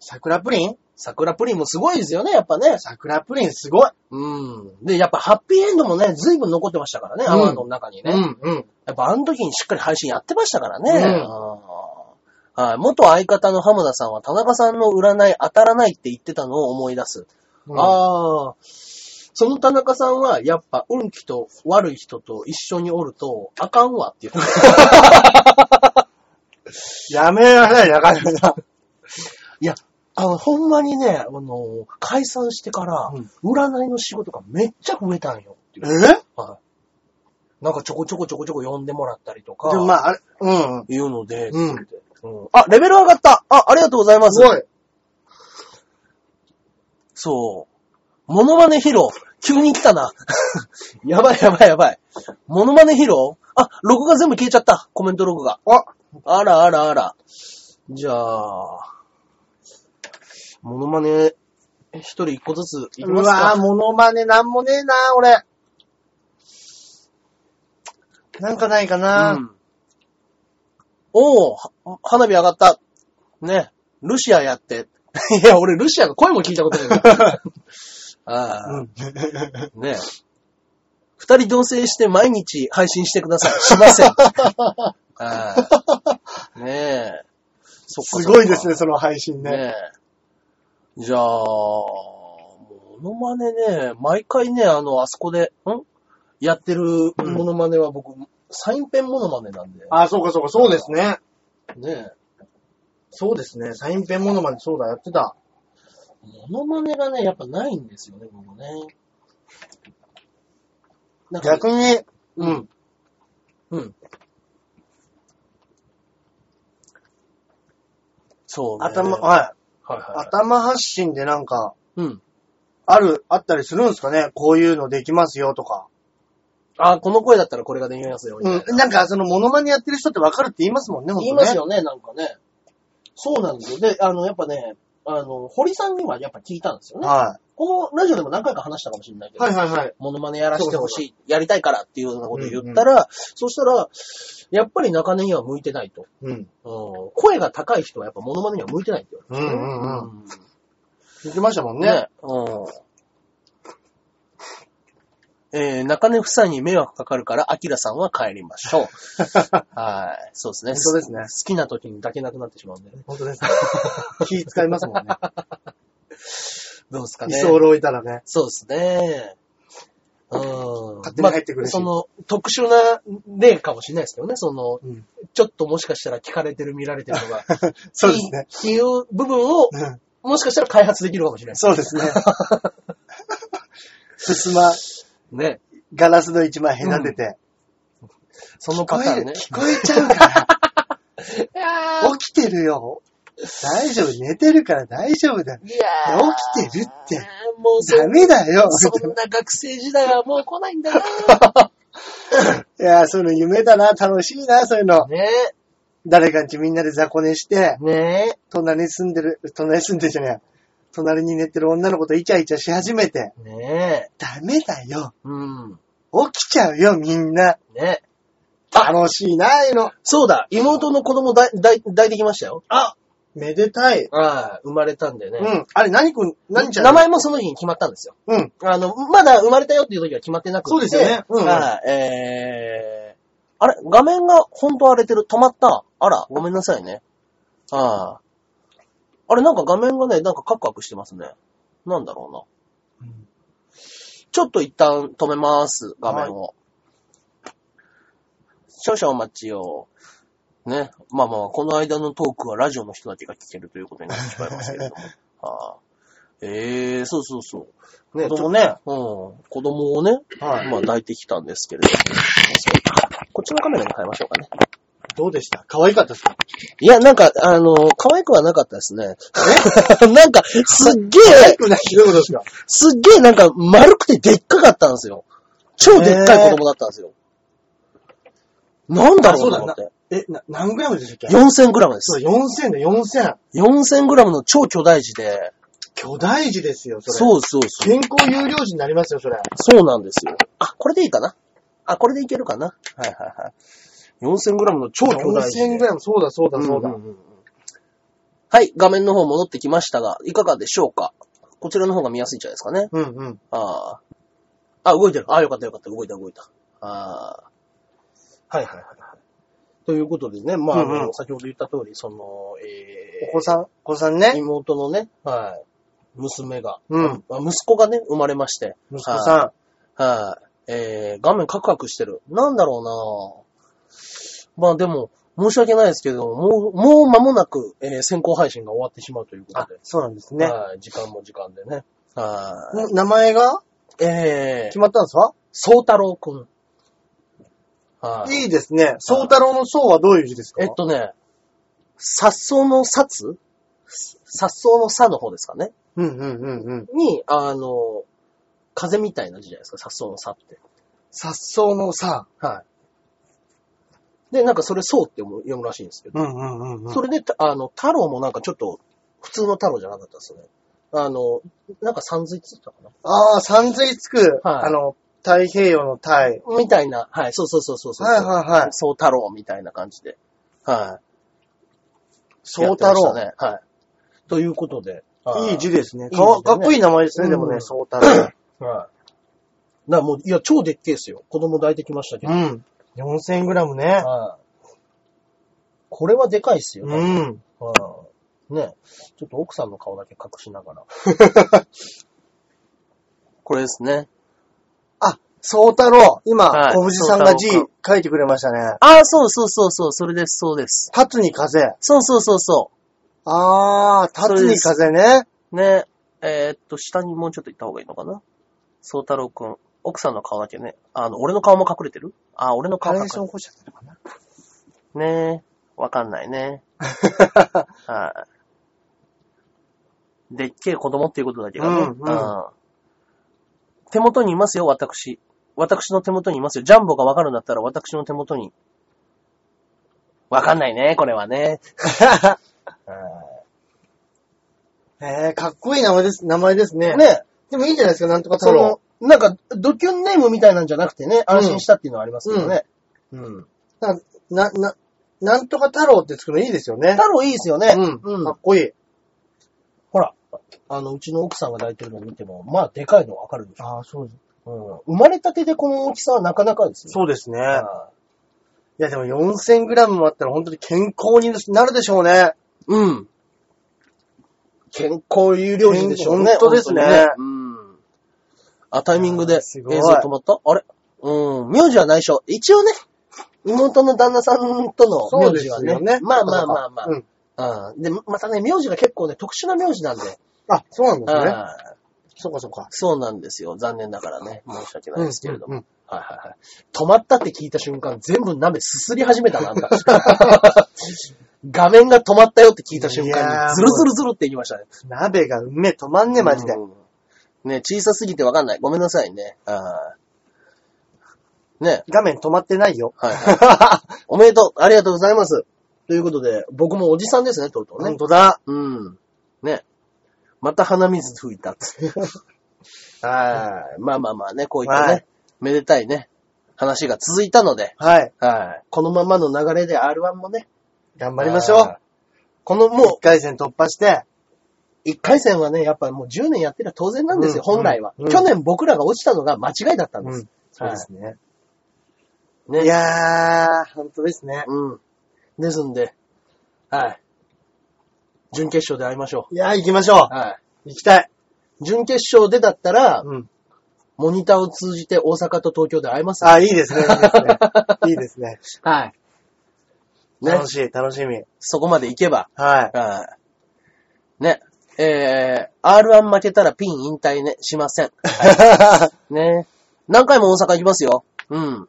桜プリン
桜プリンもすごいですよね、やっぱね。
桜プリンすごい。
うん。で、やっぱハッピーエンドもね、随分残ってましたからね、
うん
アワードの中にね。
ん、うん。
やっぱあの時にしっかり配信やってましたからね。
うん
あーはい。元相方の浜田さんは田中さんの占い当たらないって言ってたのを思い出す。
あ
ああ。その田中さんは、やっぱ、運気と悪い人と一緒におると、あかんわっていう。
やめられない、なかなか。
あの、ほんまにね、あの、解散してから
うん、
占いの仕事がめっちゃ増えたんよっていう。
え
はい。なんかちょこちょこちょこちょこ呼んでもらったりとか、
でもまあ、あれ、うん。
いうので、
うん
つってうんあ、レベル上がったあ、ありがとうございます。
すごい。
そう。モノマネ披露。急に来たな。 やばいやばいやばい。モノマネ披露あ、録画全部消えちゃった。コメント録画。
あ、
あらあらあら。じゃあ、モノマネ、一人一個ずついき
う
ます
わぁ、
か。
モノマネなんもねえな俺。なんかないかな、
うんおお、は花火上がった。ね。ルシアやって。 いや、俺、ルシアの声も聞いたこと ない。ああ。
うん
ねえ。二人同棲して毎日配信してください。しま せん。はいねえ。そ
す
っかそっか
ごいですね、。その配信
ね
ね。
え。じゃあ、モノマネね、毎回ね、あの、あそこで、んやってるモノマネは僕、好サインペンモノマネなんで。
あ、そうかそうか、そうですね。
ね
そうですね。サインペンモノマネ、そうだ、やってた。
え。モノマネがね、やっぱないんですよね、僕ね。なんか、
逆に、うん。
そう、ね。
頭、
はい
はい。
はい。
頭発信でなんか、
うん。
ある、あったりするんですかねこういうのできますよとか。
あ、この声だったらこれができますよ、みたいな。
うん。なんか、その、モノマネやってる人ってわかるって言いますもんね、ほんと
言い
ね。
ますよね、なんかね。そうなんですよ。で、あの、やっぱね、あの、堀さんにはやっぱ聞いたんですよね。
は
このラジオでも何回か話したかもしれないけ
い。
ど、
はいはい。
モノマネやらせてほしい、やりたいからっていうようなことを言ったら、そしたら、やっぱり中根には向いてないと。
うん。
うん声が高い人はやっぱモノマネには向いてないって言
う
われて。
んうんうん。
うん
言ってましたもんね。
ね。うん。えー、中根夫妻に迷惑かかるから、アキラさんは帰りま しょう。はい。そうですね。
本当ですね
好きな時に抱けなくなってしまうんでね。
本当ですね。 気使いますもんね。
どうですか
居
ね。
候いたら ね。
そうですね。うん。
勝手に入ってくるし
まあその、特殊な例かもしれないですけどね。その、
うん
ちょっともしかしたら聞かれてる、見られてるのが、
そうですね。
っていう部分を、
うん
もしかしたら開発できるかもしれないです
そうですね。 進ま、
ね。
ガラスの一枚隔てて。
そのパターンね。
聞こえちゃうから。
いや
起きてるよ。大丈夫、寝てるから大丈夫だよ。
ーいやー
起きてるって。
もうそ
ダメだよ。
そんな学生時代はもう来ないんだよ。
いや、そういうの夢だな、楽しいな、そういうの。
ね
誰かんちみんなで雑魚寝して、
え。ね
隣に住んでる、隣に住んでるじゃねえ。隣に寝てる女の子とイチャイチャし始めて、
え。ねえ。
ダメだよ。
うん。
起きちゃうよ、みんな。
ねあ
楽しいな、ああいうの。
そうだ、妹の子供だ、だい、抱いてきましたよ。
あ、めでたい。
ああ、生まれたんでね。
うん。あれ、何くん、何ちゃん
名前もその日に決まったんですよ。
うん。
あの、まだ生まれたよっていう時は決まってなくて。
そうですよねうん
はい、えー、あれ、画面が本当荒れてる。止まった。あら、ごめんなさいね。ああ。あれ、なんか画面がね、なんかカクカクしてますね。なんだろうな。
うん
ちょっと一旦止めます、画面を。少々お待ちを。ね。まあまあ、この間のトークはラジオの人たちが聞けるということになってしまいますけ れども。はあ、ええそうそうそう。
ね
子供ね、うん、子供をね、
はい
まあ抱いてきたんですけれども、こっちのカメラに変えましょうかね。
どうでした可愛かったですか
いや、なんか、あの、可愛くはなかったですね。 なんか、すっげえ、
くない。どういうことですか
すっげえなんか丸くてでっかかったんですよ。超でっかい子供だったんですよ。なんだろうなと思って。
え、な、何グラムでしたっけ
4000グラムで
そう、
す。
4000だ、4000。
4000グラムの超巨大児で、
巨大児ですよ、それ。
そうそうそう。
健康有料児になりますよ、それ。
そうなんですよ。あ、これでいいかなあ、これでいけるかなはいはいはい。4000グラムの超巨大児で。
4000グラム、そうだ、そうだ、そうだ。
んんんはい、画面の方戻ってきましたが、いかがでしょうかこちらの方が見やすいんじゃないですかね。
うんうん。
あーあ、動いてる。あーよかったよかった。動いた動いた。ああ。はいはいはいはい。ということでね、まあ、
うんうん
あの先ほど言った通り、その、えー
お子さん、お子さんね。
妹のね、はい、娘が、
うん。
あ息子がね、生まれまして、
息子さ
はい。えー、画面カクカクしてる。なんだろうなぁまあでも、申し訳ないですけど、もう、もう間もなく、えー先行配信が終わってしまうというこ
ん。あ
とで。、
そうなんですね。
はい。時間も時間でね。は
ん名前が
い。え
決
ー、
まったんですか
宗太郎くん。はい。
いいですね。宗太郎の宗はどういう字ですか
えっとね、殺草の殺殺草の差の方ですかね。
うんうんうんうん。
に、あの、風みたいな字じゃないですか、殺草の差って。
殺草のさ。
はい。で、なんかそれ、そうって読む読むらしいんですけど。
うんうんうんうん。
それで、たあの、太郎もなんかちょっと、普通の太郎じゃなかったですね。あの、なんか三髄つったか
ああ、三髄つく、
はい
あの、太平洋の太。
なみたいな、はい、そうそうそうそうそう。
はいはいはい。
そう太郎みたいな感じで。はい。
宗太
や
郎。
ってましたね。はい。ということで。はい
い字ですね。
いい字
かわかっこいい名前です
う
ね、
ん
でもね、宗太 郎。
はい。だからもう、いや、超でっけえですよ。子供抱いてきましたけ
う
ど。
ん。4000グラムね。
はい。これはでかいっすよ。
うん。
うん。ねちょっと奥さんの顔だけ隠しながら。これですね。
総太郎。今、
はい
小藤さんが字
宗太郎
書いてくれましたね。
ああ、そうそうそうそう、それです、そうです。
タツに風。
そうそうそうそ
あー、タツに風ね。
う。ね。えーっと、下にもうちょっと行った方がいいのかな。宗太郎くん。奥さんの顔だけね。あの、俺の顔も隠れてるあー、俺の
カレ
顔隠
ー
れ
シ
て
ョン
る。
起こしちゃったのかな。
ねわかんない ね。はい。でっけえ子供っていうことだけどね。
うんうん
うん手元にいますよ、私。私の手元にいますよ。ジャンボがわかるんだったら私の手元に。わかんないね、これはね。
えー、かっこいい名前です、名前ですね。。
ね、
でもいいんじゃないですか、なんとか太
そ
郎
の。、なんか、ドキュンネームみたいなんじゃなくてね、安心したっていうのはありますけどね。うん。
な、な、なんとか太郎ってつくのいいですよね
太。郎いいですよね。
う。
うんん
かっこいい。
ほら、あの、うちの奥さんが抱いてるのを見ても、まあ、でかいのわかるでしょ
あー、そうです。
うん生まれたてでこの大きさはなかなかですよ。
そうですね。
ああ
いや、でも 4000g もあったら本当に健康になるでしょうね。
うん。健康有料人でしょうね。
健康本当ですね
本当にうん。あ、タイミング
あ
で
ーす
映
ごい
像止まったあれうん。名字は内緒。一応ね、妹の旦那さんとの名字はね。まあまあまあまあ。
うん
うんで、またね、名字が結構ね、特殊な名字なんで。
あ、そうなんですね。
ああ
そうかそうか。
そうなんですよ。残念ながらね。申し訳ないですけれども。
うんうん
はいはいはい。止まったって聞いた瞬間、全部舐めすすり始めたな、なん か。画面が止まったよって聞いた瞬
いや
間
ー
に、ズルズルズルって言いましたね。
鍋がうめえ止まんねえ、マジで。
うんね、小さすぎてわかんない。ごめんなさいね。あーね、
画面止まってないよ。
はいは い。おめでとう。ありがとうございます。ということで、僕もおじさんですね、とうとう
本
ね。
当だ。
うん。ね。また鼻水吹いたっつって。
は
はいまあまあまあね、こういったね、
はい
めでたいね、話が続いたので、
い。はい。
はい。このままの流れで R1 もね、
頑張りましょう
あー。この
もう
も
一回戦突破して、
う、1回戦はね、やっぱもう10年やってりゃ当然なんですよ、
うん
本来は、
うん
去年僕らが落ちたのが間違いだったんで
う
す
ん。そうですね。
ね。
いやー、本当ですね。
うん。ですんで、はい。準決勝で会いましょ
いやー、行きましょ
う。は
う。行きたい。
い。準決勝でだったら、
うん。
モニターを通じて大阪と東京で会えますよ
あ、いいですね。 いいですね。いいです
はい。
ね。
ね
楽。しい、楽しみ。
そこまで行けば、
はい。
はい。ね。えー、R1 負けたらピン引退ね、しません。ね。何回も大阪行きますよ。うん。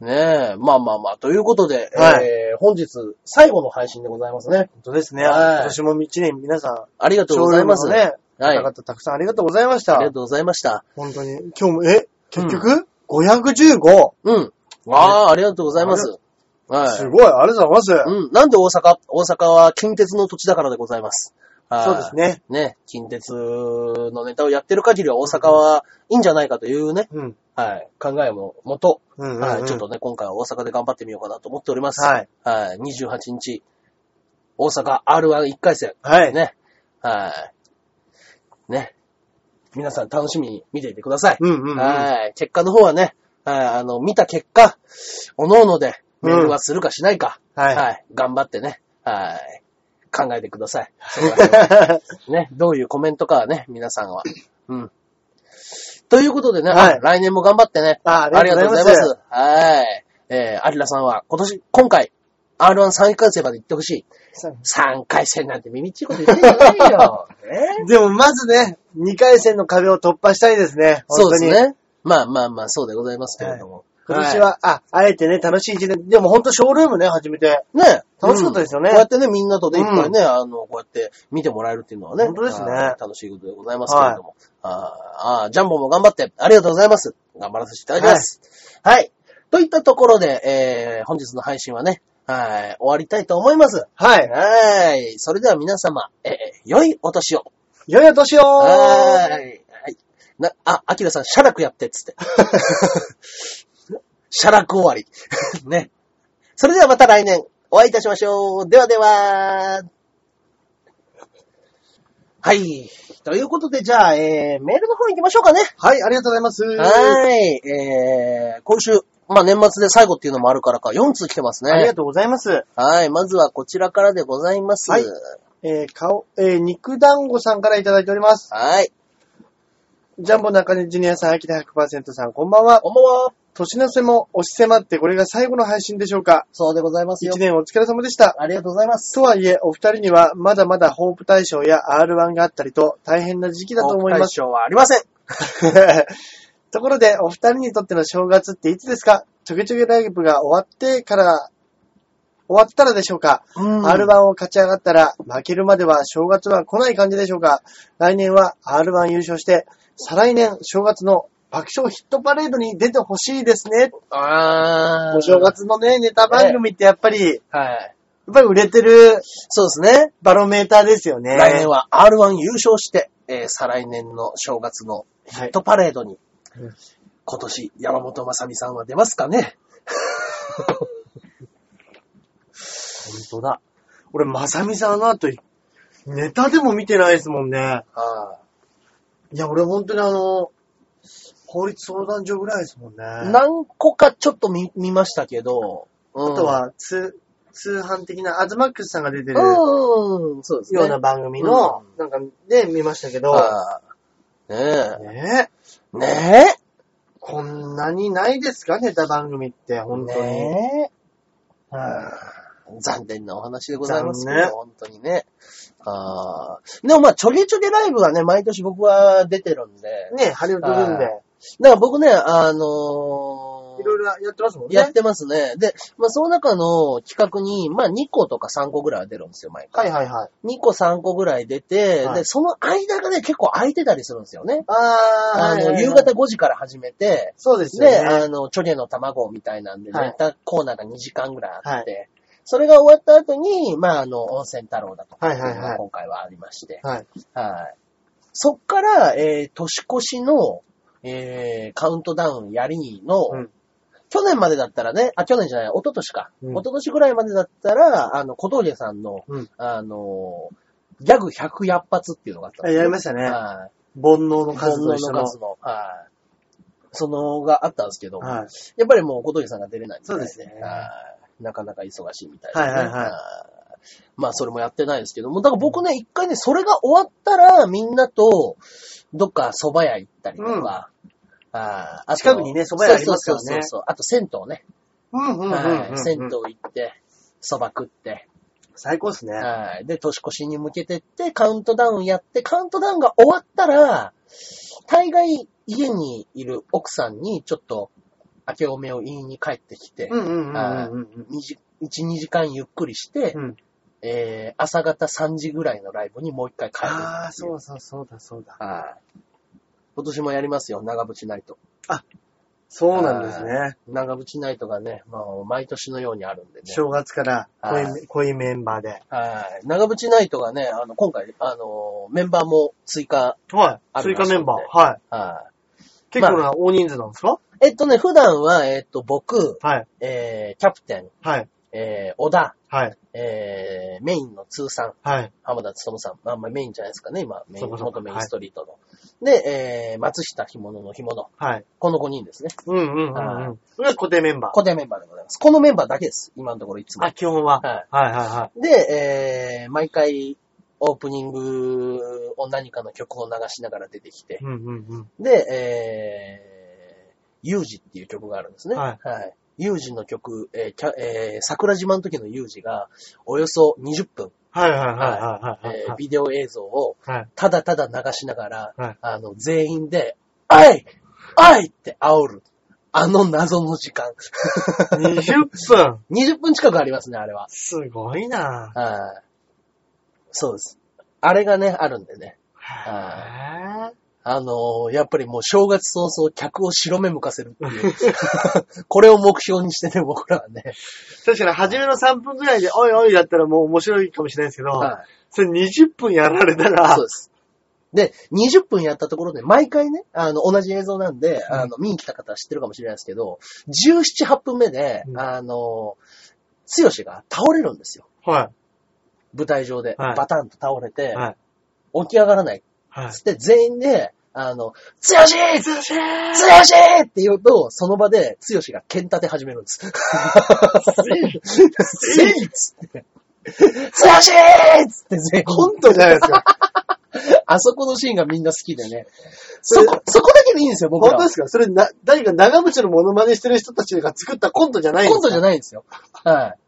ねえ、まあまあまあ、ということで、
はい
えー、本日最後の配信でございますね。
本当ですね。
はい
今年も一年皆さ
ありが
ん、
とうございます。
ね、
はい。
方
あ
々たくさんありがとうございました
り。がとうございました。
本当に。今日も、え、結局、515?
うん。ああ、ありがとうございます。はい。
すごい、ありがとうございます。
うん。なんで大阪大阪は近鉄の土地だからでございます。はい
そうですね。
ね、近鉄のネタをやってる限りは大阪はいいんじゃないかというね、
うん。
はい、考えももと、
うんうんうん
はい、ちょっとね、今回は大阪で頑張ってみようかなと思っております。
はい。
はい、28日、大阪 R11 回戦、
はい。
ね、はい、ね、皆さん楽しみに見ていてください。
うんうんうん。
はい、結果の方はね、はい、あの、見た結果、おのおのでメールはするかしないか、
はい。
はい、頑張ってね、はい、考えてください。 ね、どういうコメントかはね、皆さんは。うん。ということでね、
はい
あ来年も頑張ってね。
あ
ありがとうございます。はい。えー、アキラさんは今年、今回、R13 回戦まで行ってほしい。3回戦なんて耳っちいこと言ってんじゃないよ。ね
でもまずね、2回戦の壁を突破したいですね。
そう
本
で
当
す
に。
ね。まあまあまあ、そうでございますけれども。
今年は、あ、あえてね、楽しい一年。でも本当ショールームね、初めて。
い、ね
楽しかったですよね
うんこうやってね、みんなとね、いっぱいね、あの、こうやって見てもらえるっていうのはね。
本当ですね
はい楽しいことでございますけれども。あーあー、ジャンボも頑張って、ありがとうございます。頑張らせていただきます。はい。といったところで、えー、本日の配信はね、はい、終わりたいと思います。
はい。
はい。それでは皆様、えー、良いお年を。
良いお年を
はい。はい。な、あ、アキラさん、シャラクやってっ、つって。 シャラク終わり。 ね。それではまた来年、お会いいたしましょう。ではでは。はい。ということで、じゃあ、えー、メールの方行きましょうかね。
はい、ありがとうございます。
はい。えー、今週、まあ、年末で最後っていうのもあるからか、4通来てます
あり
ね
が。とうございます。
はい。まずはこちらからでございます。
はいえー、顔、えー、肉団子さんからいただいております。
はい。
ジャンボ中根ジュニアさん、秋田100%さん、こんばんは。
こんばんは。
年の瀬も押し迫って、これが最後の配信でしょうか。
そうでございますよ
一。年お疲れ様でした。
ありがとうございます。
とはいえ、お二人にはまだまだホープ大賞や R1 があったりと大変な時期だと思います。
大賞はありません。
ところで、お二人にとっての正月っていつですかちょげちょげライブが終わってから、終わったらでしょうか、
うん。
?R1 を勝ち上がったら負けるまでは正月は来ない感じでしょうか来年は R1 優勝して、再来年正月の爆笑ヒットパレードに出てほしいですね。
あー。
お正。月のね、ネタ番組ってやっぱり、や
はい。
っぱり売れてる
そうですね。
バロメーターですよね。
来年は R1 優勝して、えー再来年の正月の
は
ヒ
い
ットパレードに
うん、
今年山本まさみさんは出ますかね
本当だ。俺、まさみさんあの後、ネタでも見てないですもんね。
あ
いや、俺本当にあの、法律相談所ぐらいですもんね。
あ
あ
何個かちょっと見、見ましたけど、うん
と、は、通、通販的な、アズマックスさんが出てるよ
うん、そうですね。
うな番組の、
う
なんか、で見ましたけど、
ああね
ねえ、
え。ねえ。
こんなにないですか、ネタ番組って、本当に。
ね
は
え残念なお話でございますけ
残
ど、
念
本当にね。ああ。でもまあ、ちょげちょげライブはね、毎年僕は出てるんで、
いねえ、ハリウッドルームで、
だから僕ね、あのー
いろいろやってますもんね。
やってますね。で、まあ、その中の企画に、まあ、2個とか3個ぐらいは出るんですよ、毎
は
回。
いはいはい。
2個3個ぐらい出て、
はい
で、その間がね、結構空いてたりするんですよね。
あー、
あ
はいはい
の、
はい
夕方、5時から始めて、
そうですよ
で、
ね。
あの、チョゲの卵みたいなんで、
はい
ネタコーナーが2時間ぐらいあって、
は
それが終わった後に、まあ、あの、温泉太郎だとか、
はいはいはい
今回はありまして、
はい。
はい。そっから、えー年越しの、えーカウントダウンやりの、
うん
去年までだったらね、あ、去年じゃない、一昨年か。
うん
一昨年ぐらいまでだったら、あの、小峠さんの、
うん
あのー、ギャグ100百発っていうのがあったんですよ
やりましたね。
はい。
煩悩の数
本
と
能
一緒
の
の。
数の。はい。そのがあったんですけど、
はい。
やっぱりもう小峠さんが出れないみたい
そうですね
はいなかなか忙しいみたいな、ね。
はいはいはい
い。まあそれもやってないですけども、だから僕ね、一回ね、それが終わったら、みんなと、どっか蕎麦屋行ったりとか、あーあと
近くにね蕎麦屋ありますからね
そうそうそうそう。あと銭湯ね。
うんうんうんうん、
はい。銭湯行って、蕎麦食って、
最高ですね。
はい。で、年越しに向けてって、カウントダウンやって、カウントダウンが終わったら、大概家にいる奥さんに、ちょっと、明けおめを言いに帰ってきて、
うんうんうんうんうん。
二時1、2時間ゆっくりして、
うん
えー、朝方3時ぐらいのライブにもう一回帰る。
ああ、そうそう、そうだ、そうだ。
はい。今年もやりますよ、長渕ナイト。
そうなんですね。
長渕ナイトがね、まあ、毎年のようにあるんでね。
正月から濃、
はい
濃いメンバーで。
はい。長渕ナイトがね、あの、今回、あの、メンバーも追加、
はい
追加メンバー
はい。
は
結構な大人数なんですか
い。えっとね、普段は、えっと、僕、
はい。
えー、キャプテン、
はい。
えー、小田、
はい。
えー、メインの通算、
はい。
浜田勤さん、まあ、まあメインじゃないですかね、今、メイン、
そうかそうか
元メインストリートの。で、えー、松下干物の干物。
はい。
この5人ですね。
うんうんうんう
は
ん。それが固定メンバー。
固定メンバーでございます。このメンバーだけです。今のところいつも
あ、。基本は。
は。
はいはいはい
で、えー、毎回、オープニングを何かの曲を流しながら出てきて
い。、うんうんうん。
で、えー、ユージっていう曲があるんですね。。
はい
ユージの曲、えーキャえー桜島の時のユージが、およそ20分、
はいはいはいはい
えー
はい。
ビデオ映像を
はい。
ただただ流しながら、
はい
あの、全員で、あいあいって煽る。あの謎の時 間。
20分
20分近くありますね、あれは。
すごいな
はい。そうです。あれがね、あるんでね。
へー
あのーやっぱりもう正月早々客を白目向かせるっていう。 これを目標にしてね、僕らはね。
確かに初めの3分ぐらいで、おいおいだったらもう面白いかもしれないですけど、
はい。
それ20分やられたら
そう、です。で、20分やったところで、毎回ね、あの、同じ映像なんで、あの、見に来た方は知ってるかもしれないですけど、17、8分目で、
うん
あの、つよしが倒れるんですよ。
は
舞台上で。
はい
バタンと倒れ
い。
て、
はい。
起き上がらない。
はい。
つって、全員で、あの、つよしつよしって言うと、その場で、つよしが剣立て始めるんです。 つよしつって全員、
コントじゃないですか。
あそこのシーンがみんな好きでね。そこ、そこだけでいいんですよ、僕
本
ら
当
は
で。すかそれな、誰か長渕のモノマネしてる人たちが作ったコントじゃないんです
コ
か
ントじゃないんですよ。はい。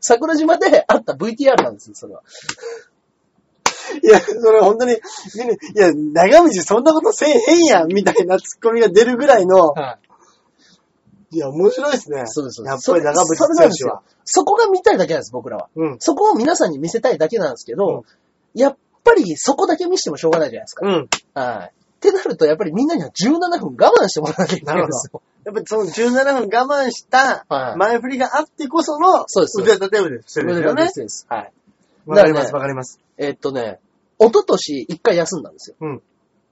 桜島であった VTR なんですよ、それは。
いや、それ本当に、いや、長渕そんなことせえへんやん、みたいなツッコミが出るぐらいの、
はい。
いや、面白いですね。
そうです。そう
やっ
です
ぱり長
それそれなんです
渕剛は
よ。。そこが見たいだけなんです、僕らは。
うん。
そこを皆さんに見せたいだけなんですけど、
うん
やっぱりそこだけ見せてもしょうがないじゃないですか。
うん。
はい。ってなると、やっぱりみんなには17分我慢してもらわなきゃいけないんですよ。
やっぱりその17分我慢した
はい
前振りがあってこその
そうです
腕立て腕してるんですよね。
そうです。はい。
わかります、
だ
わかります。
えっとね、一昨年一回休んだんですよ。
うん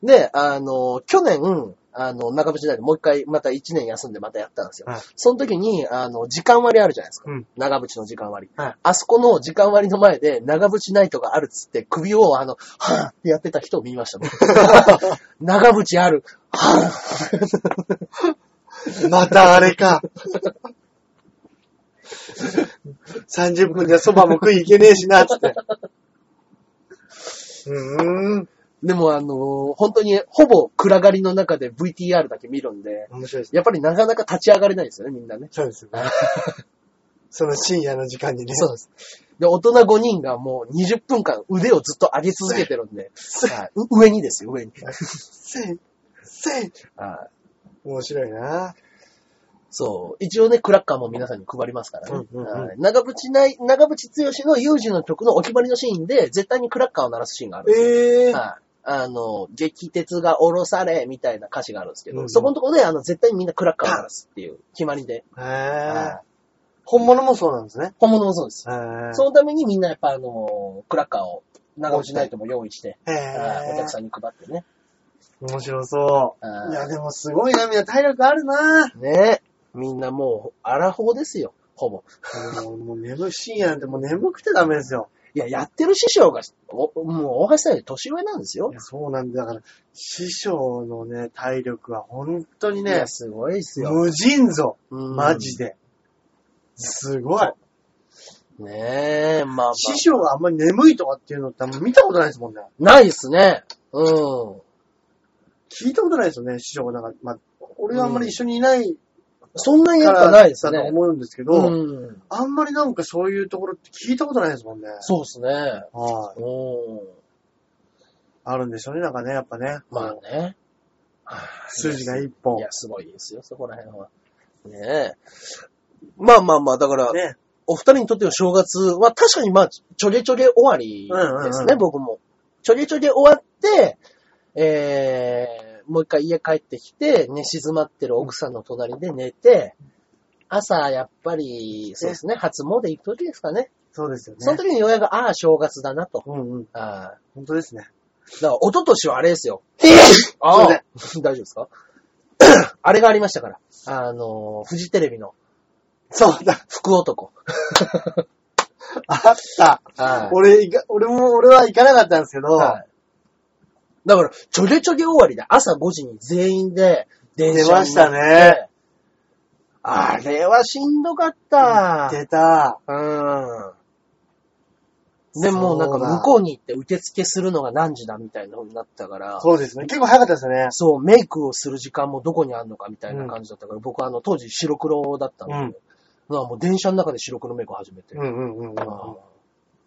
で、あの、去年、あの、中渕大でもう一回また一年休んでまたやったんですよ。
はい
その時に、あの、時間割あるじゃないですか。
うん
長渕の時間割、
はい
あそこの時間割の前で長渕ナイトがあるっつって首をあの、はぁってやってた人を見まし たもん。長渕ある。はぁ
またあれか。30分じゃそばも食い行けねえしな、つって。うーん。
でもあの、本当にほぼ暗がりの中で VTR だけ見るんで、
面白いですね。
やっぱりなかなか立ち上がれないですよね、みんなね。
そうですよね。その深夜の時間にね。
そうです。で、大人5人がもう20分間腕をずっと上げ続けてるんで、はいう上にですよ、上に。
せい、せい。
はい
面白いな
そう。一応ね、クラッカーも皆さんに配りますからね。
うんうんうん
はい長渕ない、長渕剛の有事の曲のお決まりのシーンで、絶対にクラッカーを鳴らすシーンがあるんですよ。
ええ
はいあの、激鉄が降ろされ、みたいな歌詞があるんですけど、
うんうん
そこのとこで、あの、絶対にみんなクラッカーを鳴らすっていう決まりで。
へ
は
え
い
本物もそうなんですね。
本物もそうです。
へえ
そのためにみんなやっぱあの、クラッカーを長渕ナイトも用意して、
へ
はいお客さ
え
んに配ってね。
面白そ
は
う。
い
いや、でもすごいな、みんな体力あるな
ねえ。みんなもう、アラフォーですよ、ほぼ。
あのもう眠い、深夜なんてもう眠くてダメですよ。
いや、やってる師匠が、おもう大橋さんより年上なんですよ
い。や、そうなんだ。だから、師匠のね、体力は本当に
い
ね
や、、すごいですよ。
無尽蔵。
うん
マジで。すごい。
ねえ、まあ、まあ、
師匠があんまり眠いとかっていうのってあんま見たことないですもんね。
ないっすね。うん。
聞いたことないですよね、師匠が。なんか、まあ、俺はあんまり一緒にいない
そんなに
か
やっぱ
ら
ないです
だと
ね。
思うんですけど、
うん。
あんまりなんかそういうところって聞いたことないですもんね。
そうっすね。
はい。
うん。
あるんでしょうね、なんかね、やっぱね。
まあね。
筋が一
い
本。
や、すごいですよ、そこら辺は。ねえ。まあまあまあ、だから、
ね。
お二人にとっての正月は確かにまあ、ちょげちょげ終わりですね、
うんうんうん
僕も。ちょげちょげ終わって、えー、もう一回家帰ってきて、寝静まってる奥さんの隣で寝て、朝、やっぱり、そうですね、初詣行く時ですかね。
そうですよね。
その時にようやく、ああ、正月だなと。
うんうん。
ああ
本当ですね。
だから、一昨年はあれですよ。
あ
あ あ大丈夫ですか あれがありましたから。あの、フジテレビの
そうだ。
福男。
あった。
はい
俺いか、俺も、俺は行かなかったんですけど、
はい。だから、ちょげちょげ終わりで朝5時に全員で電車に乗って
出ましたね。
あれはしんどかった。
出た。
うん。でもうなんか向こうに行って受付するのが何時だみたいな風になったから、
そうですね。結構早かったですね。
そう、メイクをする時間もどこにあるのかみたいな感じだったから、僕はあの当時白黒だったんで、
うん
まあもう電車の中で白黒メイクを始めて、
うんうんうんうん。
うん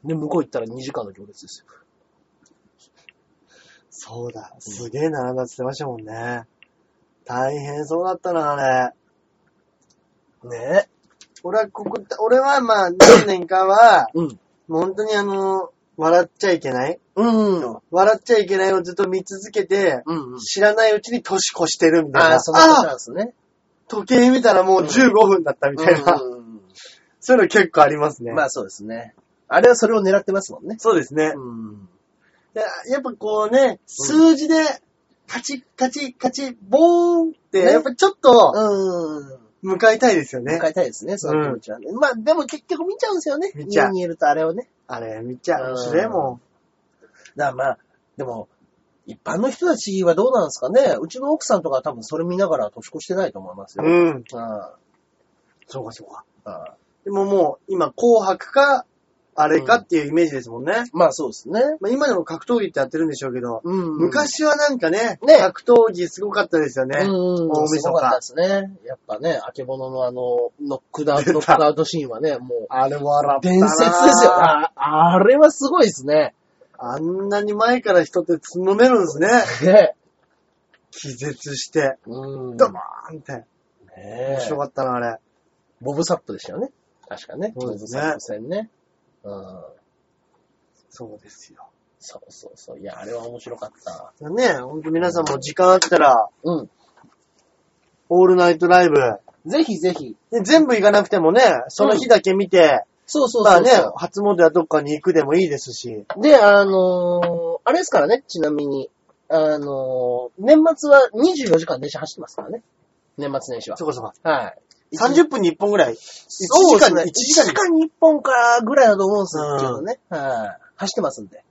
で、向こう行ったら2時間の行列ですよ。
そうだ。すげえ並んだって言ってましたもんね。大変そうだったな、あれ。
ねえ。
俺はここ、俺はまあ、何年かは、
うん。
もう本当にあの、笑っちゃいけない
うん。
笑っちゃいけないをずっと見続けて、
うん、うん。
知らないうちに年越してるみたい
あ
な。
あ、そのパターン
あ
ですね。
時計見たらもう15分だったみたいな。
うんうん
そういうの結構あります
う
ね。
んまあそうですね。あれはそれを狙ってますもんね。
そうですね。
うん。
でやっぱこうね、数字で、カチッカチッカチッ、ボーンって、
ね
やっぱちょっと、
うん。
向かいたいですよね。
買いたいですね、その気持ちはね。まあでも結局見ちゃうんですよね。
見ちゃう
家にいるとあれをね。
あれ、見ちゃう。面白いもん。
だからまあ、でも、一般の人たちはどうなんですかね。うちの奥さんとかは多分それ見ながら年越してないと思いますよ。うん。
うん。
あ
そうかそうか。
あ
でももう、今、紅白か、あれかっていうイメージですもんね。
まあそうですね。
まあ、今でも格闘技ってやってるんでしょうけど、
うん
昔はなんかね
ね
格闘技すごかったですよね。
うん、
大
す
晦
ごかった
日
で。すね。やっぱね、あけぼののあの、ノックダウン、ノックアウトシーンはね、も
あれ笑
う、
った
伝
な
説ですよ。。あ、あれはすごいですね。
あんなに前から人ってつんのめるんですね。
ね。
気絶して、
うん。
ドバーンって。
ね
面白かったな、あれ。
ボブサップでしたよね。確かね。
そう
ボ
で
ブ
す
サ
ね
ップ戦ね。うん。
そうですよ。
そうそうそう。いや、あれは面白かった。
ね、ほんと皆さんも時間あったら、
うん。
オールナイトライブ。
ぜひぜひ。
で全部行かなくてもね、その日だけ見て、
そうそう
ま
そ
あ
う
ね
そう。、
初詣はどっかに行くでもいいですし。
で、あのーあれですからね、ちなみに。あのー年末は24時間電車走ってますからね。年末年始は
そ。こそこ。
はい。
30分に1本ぐらい。1
そ
時
うで
間
す
に、
ね
1時間
1時間に1本かぐらいだと思うんですけどね。はい。走ってますんで。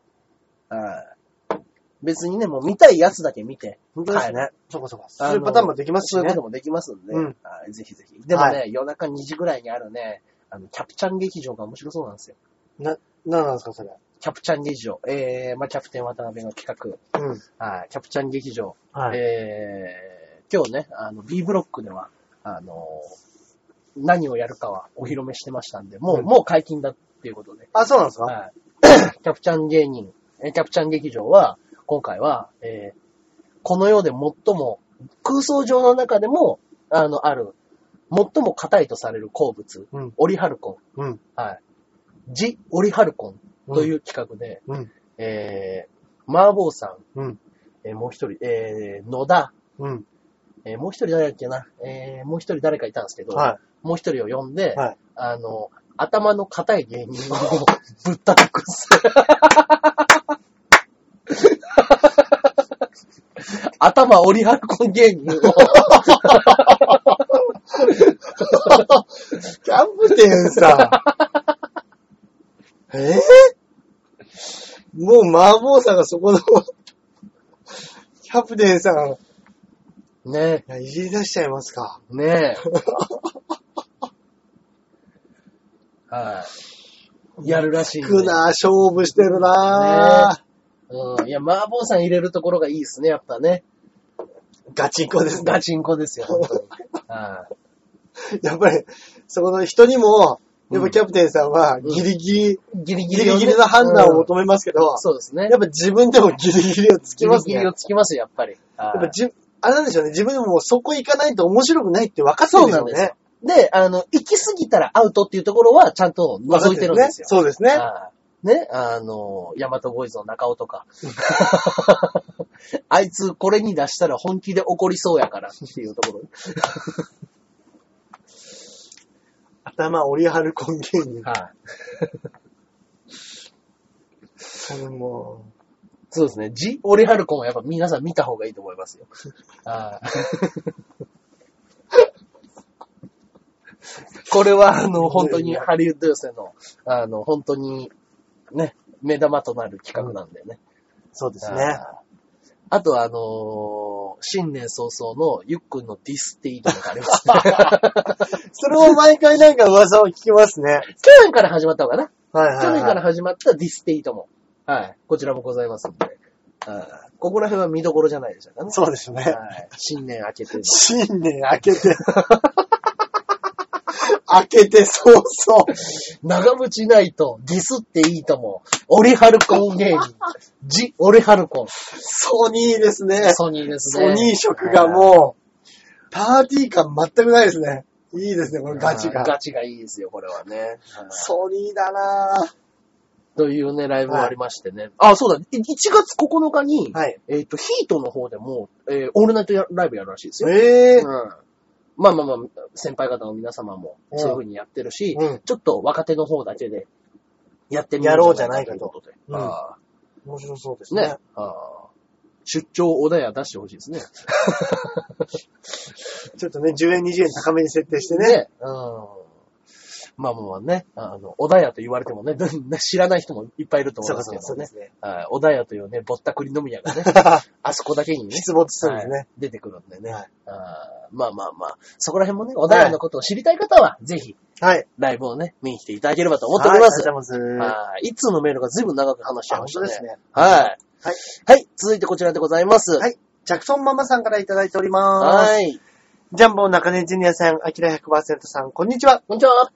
はい。別にね、もう見たいやつだけ見て。
本当ですね。そこそこ。
あの
そういうパターンもできます
そう
し
いう
ね
こと。もできますんで。
うん
はいぜひぜひ。でもね、
は
夜中2時ぐらいにあるね、あの、キャプチャン劇場が面白そうなんですよ。
何なんですか、それ。
キャプチャン劇場。えー、まあキャプテン渡辺の企
うん。
画。はい。キャプチャン劇場。
はい。
えー、今日ね、あの、B ブロックでは、あのー何をやるかはお披露目してましたんで、もう、
うん
もう解禁だっていうことで。
あ、そうなんですか
はい。キャプチャン芸人、えーキャプチャン劇場は、今回は、えーこの世で最も、空想上の中でも、あの、ある、最も硬いとされる鉱物、
うん
オリハルコ
うん。
ン、はい。ジ・オリハルコンという企画で、
うん。
えー、麻婆さん、
うん。
えーもう一人、えー、野田、
うん。
えーもう一人誰だっけな、えーもう一人誰かいたんですけど、
は
もう一人を呼んで、
はい
あの、頭の硬い 芸人をぶったたくっす。頭折りはるこん芸人を。
い。キャンプテンさ。 えぇもう麻婆さんがそこの、キャプテンさん、い
ね
やいじり出しちゃいますか。
え、ねえ。はい。やるらしいんで。
くな、勝負してるな、
うん。いや、麻婆さん入れるところがいいですね、やっぱね。
ガチンコですね。
ガチンコですよ、本当に。はい。
やっぱり、そこの人にも、やっ
う
ぱ
ん
キャプテンさんはギリギリ、
ギリギ
ギ
リを
リ
ね、
ギリの判断を
うん
求めますけど、
そうですね
や。っぱ自分でもギリギリをつきますね。
ギリギリをつきますよ、やっぱり。や
やっぱじ、あれなんでしょうね。自分でもそこ行かないと面白くないって分かって
そ
る
うん
でし
な
ょ
ん
う
ですよ
ね。。
で、あの、行き過ぎたらアウトっていうところはちゃんと
分か
覗いてるんですよ。
ね。そうですね。
はいね、あの、ヤマトボーイズの中尾とか。 あいつこれに出したら本気で怒りそうやからっていうところ。
頭折り張る根源 に。
はい。
それも
そうですね。ジ・オレハルコンはやっぱ皆さん見た方がいいと思いますよ。はいこれはあの、本当にハリウッド予選の、あの、本当にね、目玉となる企画なんでね。
う、そうですね。
あー。あと、あのー新年早々のゆっくんのディスっていいとこがありますね。
それを毎回なんか噂を聞きますね。
去年から始まったのかな
はいはい、
去
はい。
年から始まったディスっていいとも。はい。こちらもございますんで。あーここら辺は見どころじゃないでしたかね。
そうですね。
はい。新年明けての。
新年明けて。明けてそうそう。
長渕ナイト、ディスっていいとも。オリハルコン芸 人。ジ・オリハルコン。
ソニーですね。
ソニーです
ソ
ね。
ニー色がもう、パーティー感全くないですね。いいですね、こ
う
の
ん
ガチが。
ガチがいいですよ、これはね。はい
ソニーだなぁ。
というね、ライブがありましてね。あ、そうだ。い1月9日に、
はい。
えっ、と、ヒートの方でも、えーオールナイトやライブやるらしいですよ。
ええ
うん。まあまあまあ、先輩方の皆様もそういう風にやってるし、
うん
ちょっと若手の方だけでやってみよ
や
う
ろうじゃないかと
ということで。
うん
あ
面白そうです
ーね。あー出張おだや出してほしいですね。
ちょっとね、10円、20円高めに設定してね。
うん。まあもうね、あの、小田屋と言われてもね、 どんな知らない人もいっぱいいると思
そ
うん
う
で
か
す
そう
け
か、そう
ど
で
ね。
すね。
はい。小田屋というね、ぼったくり飲み屋 がね、あそこだけにね、
出没するんです
は
ね
い。出てくるんでね。
はい
あーまあまあまあ、そこら辺もね、小田屋のことを知りたい方は、ぜひ、
はい。
ライブをね、見に来ていただければと思っておりま
は
す。
いありがとうございます。
はい。いつのメールが随分長く話しちゃい
あ
ま
本
した
当
ね。
ですね。
はい。
はい。
はい。続いてこちらでございます。
はいジャクソンママさんからいただいております。
はい。
ジャンボ中根ジュニアさん、アキラ100%さん、こんにちは。
こんにちは。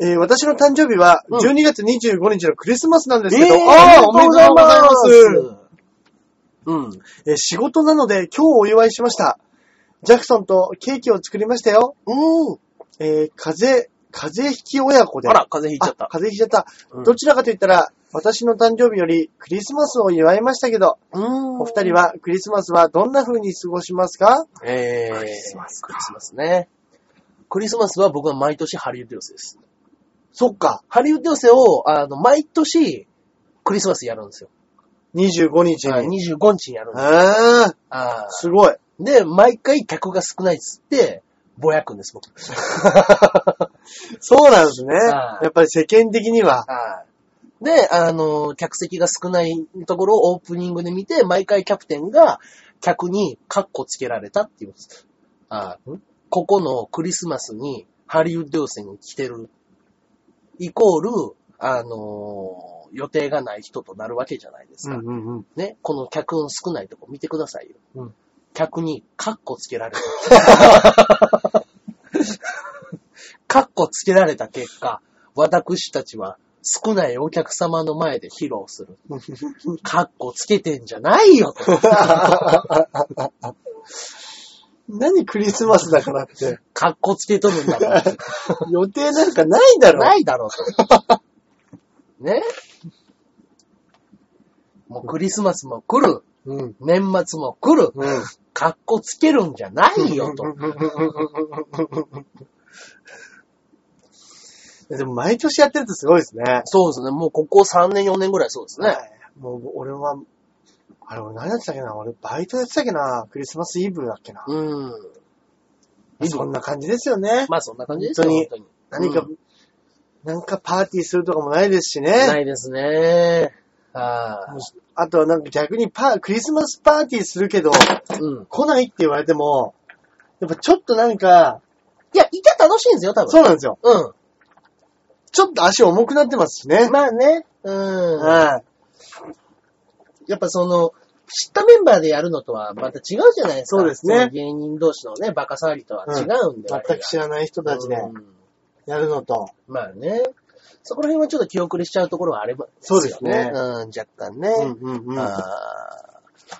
えー私の誕生日は
うん
12月25日のクリスマスなんですけ
え
ど、
ー
ああ、お
おめ
めで
で
とうご
とうご
ざ
ざ
い
い
ます。
ます。うん。
えー仕事なので今日お祝いしました。ジャクソンとケーキを作りましたよ。
うん。
えー風邪、風邪ひき親子で。
あら、風邪ひいちゃっ
あ
た。
風邪ひいちゃった。
うん
どちらかと言ったら、私の誕生日よりクリスマスを祝いましたけど、
うん
お二人、はクリスマスはどんな風に過ごしますか
えー、クリスマスクリスマスね。クリスマスは僕は毎年ハリウッド寄せです。
そっか。
ハリウッド寄せを、あの、毎年、クリスマスやるんですよ。
25日
はい
に。
25日にやるんですよ。
あー、
あ
すごい。
ーで、毎回客が少ないっつって、ぼやくんです、僕。
そうなんですね。
は
や
い
っぱり世間的には。
はい。で、あの、客席が少ないところをオープニングで見て、毎回キャプテンが客にカッコつけられたって言うんです。あここのクリスマスにハリウッド予選に来てる。イコール、あの、予定がない人となるわけじゃないですか。
うんうん。
ね、この客の少ないとこ見てくださいよ。
うん
客にカッコつけられた。 カッコつけられた結果、私たちは少ないお客様の前で披露 する。カッコつけてんじゃないよと
何クリスマスだから って。
カッコつけとるんだから。
予定なんかないだろ。
ないだろうと。ねもうクリスマスも来る。
うん。
年末も来る。
うん。
カッコつけるんじゃないよ と。
でも毎年やってるとすごいですね。
そうですね。もうここ3年4年ぐらいそうですね。
もう俺は、あれ俺何やってたっけな俺バイトやってたっけなクリスマスイブだっけな、
うん。
そんな感じですよね。
まあそんな感じですよ。
本
本
当
当に。
何か、
うん
なんかパーティーするとかもないですし
な
ね。
いですね。はい
あとはなんか逆にパー、クリスマスパーティーするけど、
うん。
来ないって言われても、やっぱちょっとなんか、
いや、いて楽しいんですよ、多分。
そうなんですよ。
う。
ちょっと足重くなってますしね
ん。。まあね。うん。
はい。
やっぱその、知ったメンバーでやるのとはまた違うじゃないですか。
そうですね
その芸人同士のね、バカ騒ぎとは違うんで。
全く知らない人たちで
うん
やるのと。
まあね。そこら辺はちょっと気遅れしちゃうところはあれば、
そうですね
うん、若干ね。
うんう
あー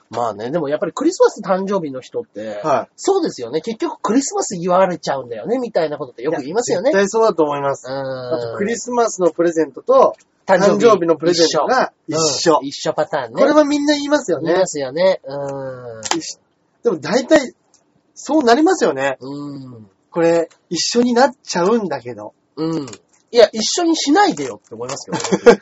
まあね、でもやっぱりクリスマス誕生日の人って、
はい
そうですよね。結局クリスマス祝われちゃうんだよね、みたいなことってよく言いますよね。
絶対そうだと思います。あと、
あ
クリスマスのプレゼントと、誕生日のプレゼントが一緒。
一緒パターンね。
これはみんな言いますよ
言い
ね
ま。すよね。うん。
一緒でも大体、そうなりますよね。
うん。
これ、一緒になっちゃうんだけど。
うん。いや、一緒にしないでよって思 いますけどね。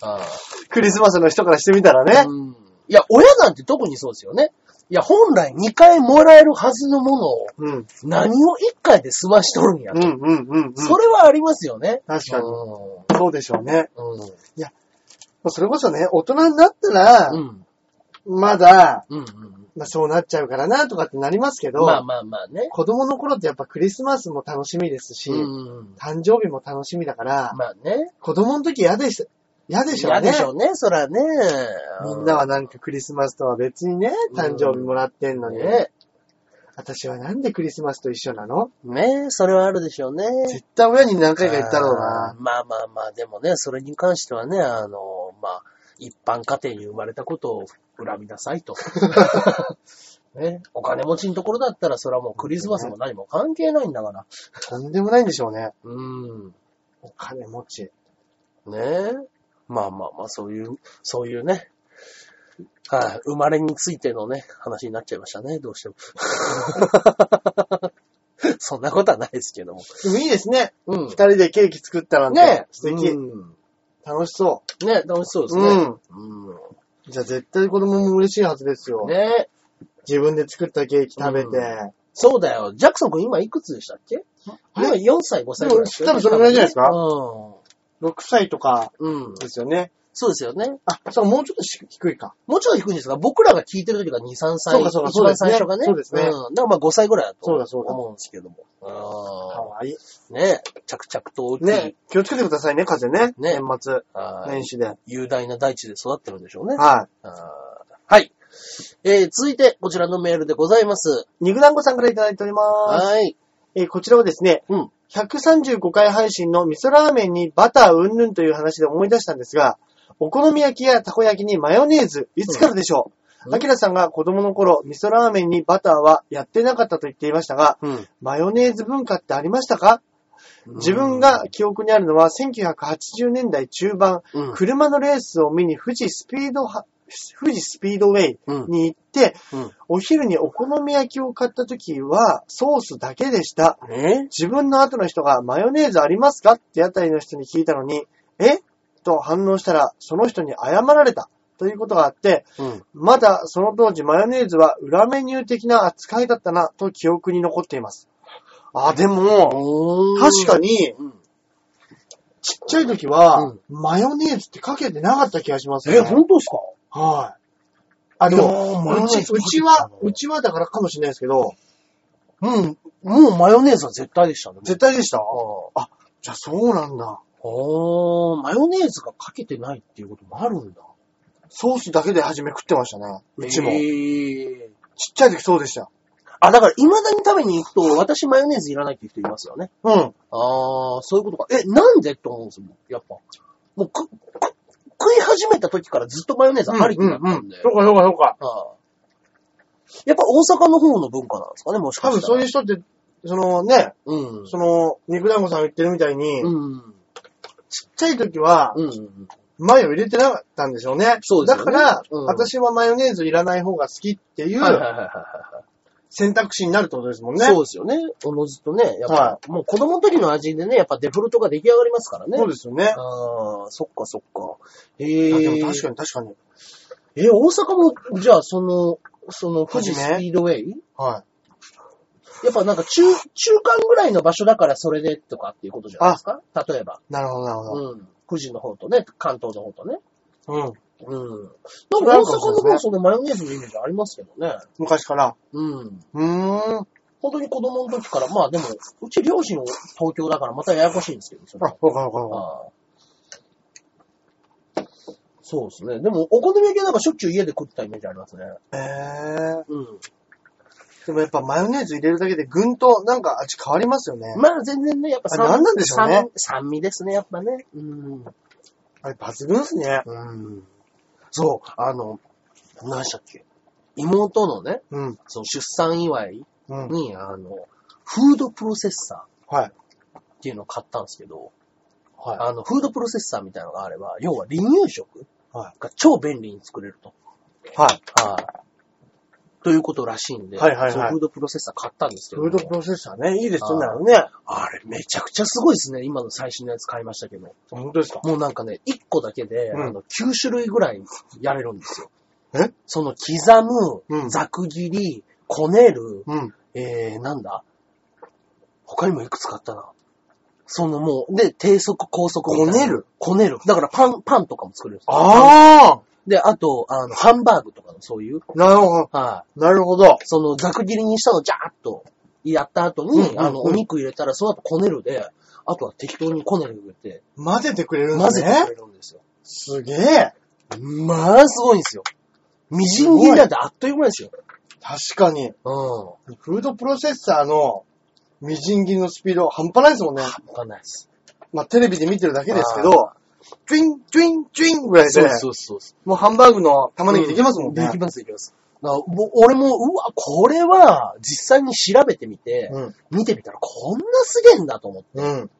あ
クリスマスの人からしてみたら
ー
ね。
うんいや、親なんて特にそうですよね。いや、本来2回もらえるはずのものを、
うん。
何を1回で済ましとるんや
うんうんうんうん。
それはありますよね。
確かに
う
そうでしょうね。
ん。
もうそれこそね、大人になったら
う、ん。
まだ、
うん。うん。
まあ、そうなっちゃうからな、とかってなりますけど、
まあまあまあね。
子供の頃ってやっぱクリスマスも楽しみですし、
うん。
誕生日も楽しみだから、
まあね。
子供の時嫌でした、嫌でしょ
嫌
うね
で。しょうね、そらね。
みんなはなんかクリスマスとは別にね、誕生日もらってんのに、
ね。
私はなんでクリスマスと一緒なの
ねそれはあるでしょうね。
絶対親に何回か言ったろうな
あ。ーまあまあまあ、でもね、それに関してはね、あの、まあ、一般家庭に生まれたことを恨みなさ いと。ね、お金持ちのところだったら、それはもうクリスマスも何も関係ないんだから。
とんでもないんでしょうね。
うん。
お金持ち。
ねえ。まあまあまあ、そういう、そういうね。はい、生まれについてのね、話になっちゃいましたね、どうしても。 そんなことはないですけども。
でもいいですね。
うん
二。人でケーキ作ったなんて。
ねえ。
素敵。
うん
楽しそ
ねえ、楽しそうですね。うん
う。じゃあ絶対子供も嬉しいはずですよ。
ねえ。
自分で作ったケーキ食べて、
うそうだよ。ジャクソン君今いくつでしたっけ
あれ
今4歳、5歳ぐらいでしょ
多分それぐらいじゃないですか6歳とか
うん。うん。
ですよね。
そうですよね。
あ、そう、もうちょっとし低いか。
もうちょい低いんですが、僕らが聞いてる時が2、3歳。
そうかそうか
一番最初がね。
そうですねそうです
うん。だからまあ5歳ぐらいだと
そうだそうだ
思うんですけども。
か
あ
わいい。
あ。ねえ着々と大きい、
ね、気をつけてくださいね、風邪ね。
ね
年末、
はい
年始で。
雄大な大地で育ってるんでしょうね。
は
あーはい。えー、続いて、こちらのメールでございます。
い。肉団子さんからいただいております。
はい。
えーこちらはですね、
うん
135回配信の味噌ラーメンにバターうんぬんという話で思い出したんですが、お好み焼きやたこ焼きにマヨネーズ、いつからでしょ
う
うんアキラさんが子供の頃、味噌ラーメンにバターはやってなかったと言っていましたが、
うん。
マヨネーズ文化ってありましたか自分が記憶にあるのは1980年代中盤、
うん、
車のレースを見に富士スピードは、富士スピードウェイ
うん。
に行って、
うん
お昼にお好み焼きを買った時はソースだけでした。
え
自分の後の人がマヨネーズありますかって屋台の人に聞いたのに、えと反応したら、その人に謝られたということがあって、
うん。
まだその当時マヨネーズは裏メニュー的な扱いだったなと記憶に残っています。あ、でも、確か
に。
に、
うん
ちっちゃい時は
う、
マヨネーズってかけてなかった気がしますね。
え、本当ですか
はい。あ、で
いやーマヨ
も、う
ネー
ち、
ズ
うち
かけてた
は
の、
うちはだからかもしれないですけど、
うん。もうマヨネーズは絶対でしたね。
絶対でした
あ
じゃあそうなんだ。
あー、マヨネーズがかけてないっていうこともあるんだ。
ソースだけで初め食ってましたね。うちも。
え
ちっ
ー
ちゃい時そうでした。
あ、だから、未だに食べに行くと、私マヨネーズいらないっていう人いますよね。
うん。
ああ、そういうことか。え、なんでって思うんですよ、やっぱ。もうく、く、食い始めた時からずっとマヨネーズありきだったんで。
そうかそうかそうか。
ああやっぱ大阪の方の文化なんですかね、もし
多
か
分
した
そ
ら。
ういう人って、そのね、
うん。
その、肉団子さんが言ってるみたいに、ちっ
うん。
ちゃい時は、
うんうん。
マヨ入れてなかったんでしょうね。
そうで
だ
すよね
から、
うん
私はマヨネーズいらない方が好きってい
はいはいうはいはいはい。
選択肢になるってことですもんね。
そうですよね。おのずとね、やっぱ、
は
もう子供の時の味でね、やっぱデフォルトが出来上がりますからね。
そうですよね。
ああ、そっかそっか。へ
い
え
やでも確かに確かに。
え、大阪も、じゃあ、その、その、富士スピードウェイ
はい。
やっぱなんか中、中間ぐらいの場所だからそれでとかっていうことじゃないですか例えば。
なるほどなるほど。
うん。富士の方とね、関東の方とね。
うん。
うん。
れ
な
あ
ん
る
か
かもしれない
大阪の
で
方、そのマヨネーズのイメージありますけどね。
昔から。
うん。
うーん。
本当に子供の時から、まあでも、うち両親も東京だからまたややこしいんですけど、それ
あ、そうかそうかそうか。
ああそうですね。でも、お好み焼きはなんかしょっちゅう家で食ってたイメージありますね。
えー。
うん。
でもやっぱマヨネーズ入れるだけでぐんとなんか味変わりますよね。
まあ全然ね、やっぱ
あなんなんでしょうね
酸酸味ですね、やっぱね。うん。
あれ抜群ですね。
うん。そう、あの、何でしたっけ。妹のね、
うん。
その出産祝い
うん。
に、あの、フードプロセッサ
はい。
ーっていうのを買ったんですけど、
はい
あの、フードプロセッサーみたいなのがあれば、要は離乳食
は
が超便利に作れると。
はい。
はい。ということらしいんで、
はいはいはい
そのフードプロセッサー買ったんですけど
フ
も、
ードプロセッサーね、いいです
あー
ね、あのね。
あれめちゃくちゃすごいですね。今の最新のやつ買いましたけど。
本当ですか
もうなんかね、1個だけで、
うん
あの、9種類ぐらいやれるんですよ。
え
その刻
う
む、
ん
ざく切り、こねる、
うん。
えー、なんだ他にもいくつかあったな。そのもう、で、低速、高速みた
こ
いな
ねる
こねる。だからパン、パンとかも作れるんですよ
あ
で、あと、あの、ハンバーグとかのそういう。
あなるほど。
はい。
なるほど。
その、ざく切りにしたのをジャーッとやった後に、
うん
あの、
うん
お肉入れたら、その後こねるで、あとは適当にこねる入れて、
混ぜてくれるん
混
です
ぜて
ね
く。れるんですよ。
すげえ。
まあ、すごいんですよ。みじん切りだってあっという間ですよ。
確かに。
う
フードプロセッサーのみじん切りのスピード半端ないですもんね。
ん。わかんないです。
まあ、テレビで見てるだけですけど
あ、
チュイン、チュイン、チュインぐらいで、
うそうそう。
もうハンバーグの玉ねぎできますもんね。
できます、できます。だからもう俺も、うわ、これは、実際に調べてみて、
うん。
見てみたら、こんなすげえんだと思って。
うん。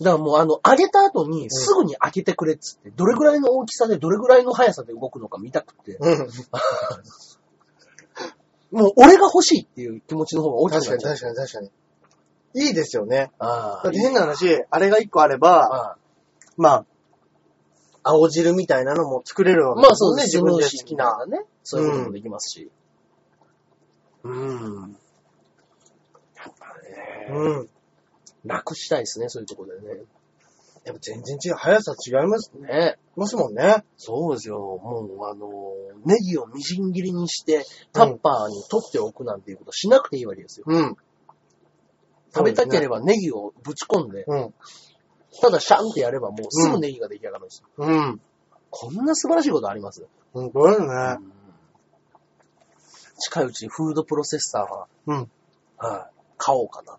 だからもうあの、揚げた後にすぐに開けてくれっつって、どれぐらいの大きさでどれぐらいの速さで動くのか見たくて、
うん。
もう俺が欲しいっていう気持ちの方が大き
確
く
か
なっ
に
ちゃう。
確かに確かに。いいですよね。
あ
だ
あ
って変な話、あれが一個あれば、まあ、青汁みたいなのも作れるわけ
まあそうです
自
ね、
分で好
スムージー
き
みたい
な。
ね。そういうこともできますし。うん。ね。
うん。
なくしたいですね、そういうところでね。
やっぱ全然違う。速さ違います。
ね
ますもんね。
そうですよ。もう、あの、ネギをみじん切りにして、タッパーに取っておくなんていうことしなくていいわけですよ。
うん。
食べたけれ
ば。
ばネギをぶち込んで、
うん。
ただシャンってやればもうすぐネギが出来上がるんですよ。
うん。
こんな素晴らしいことあります、
本当だよね。
近いうちにフードプロセッサーは、
うん。
はい、買おうかなと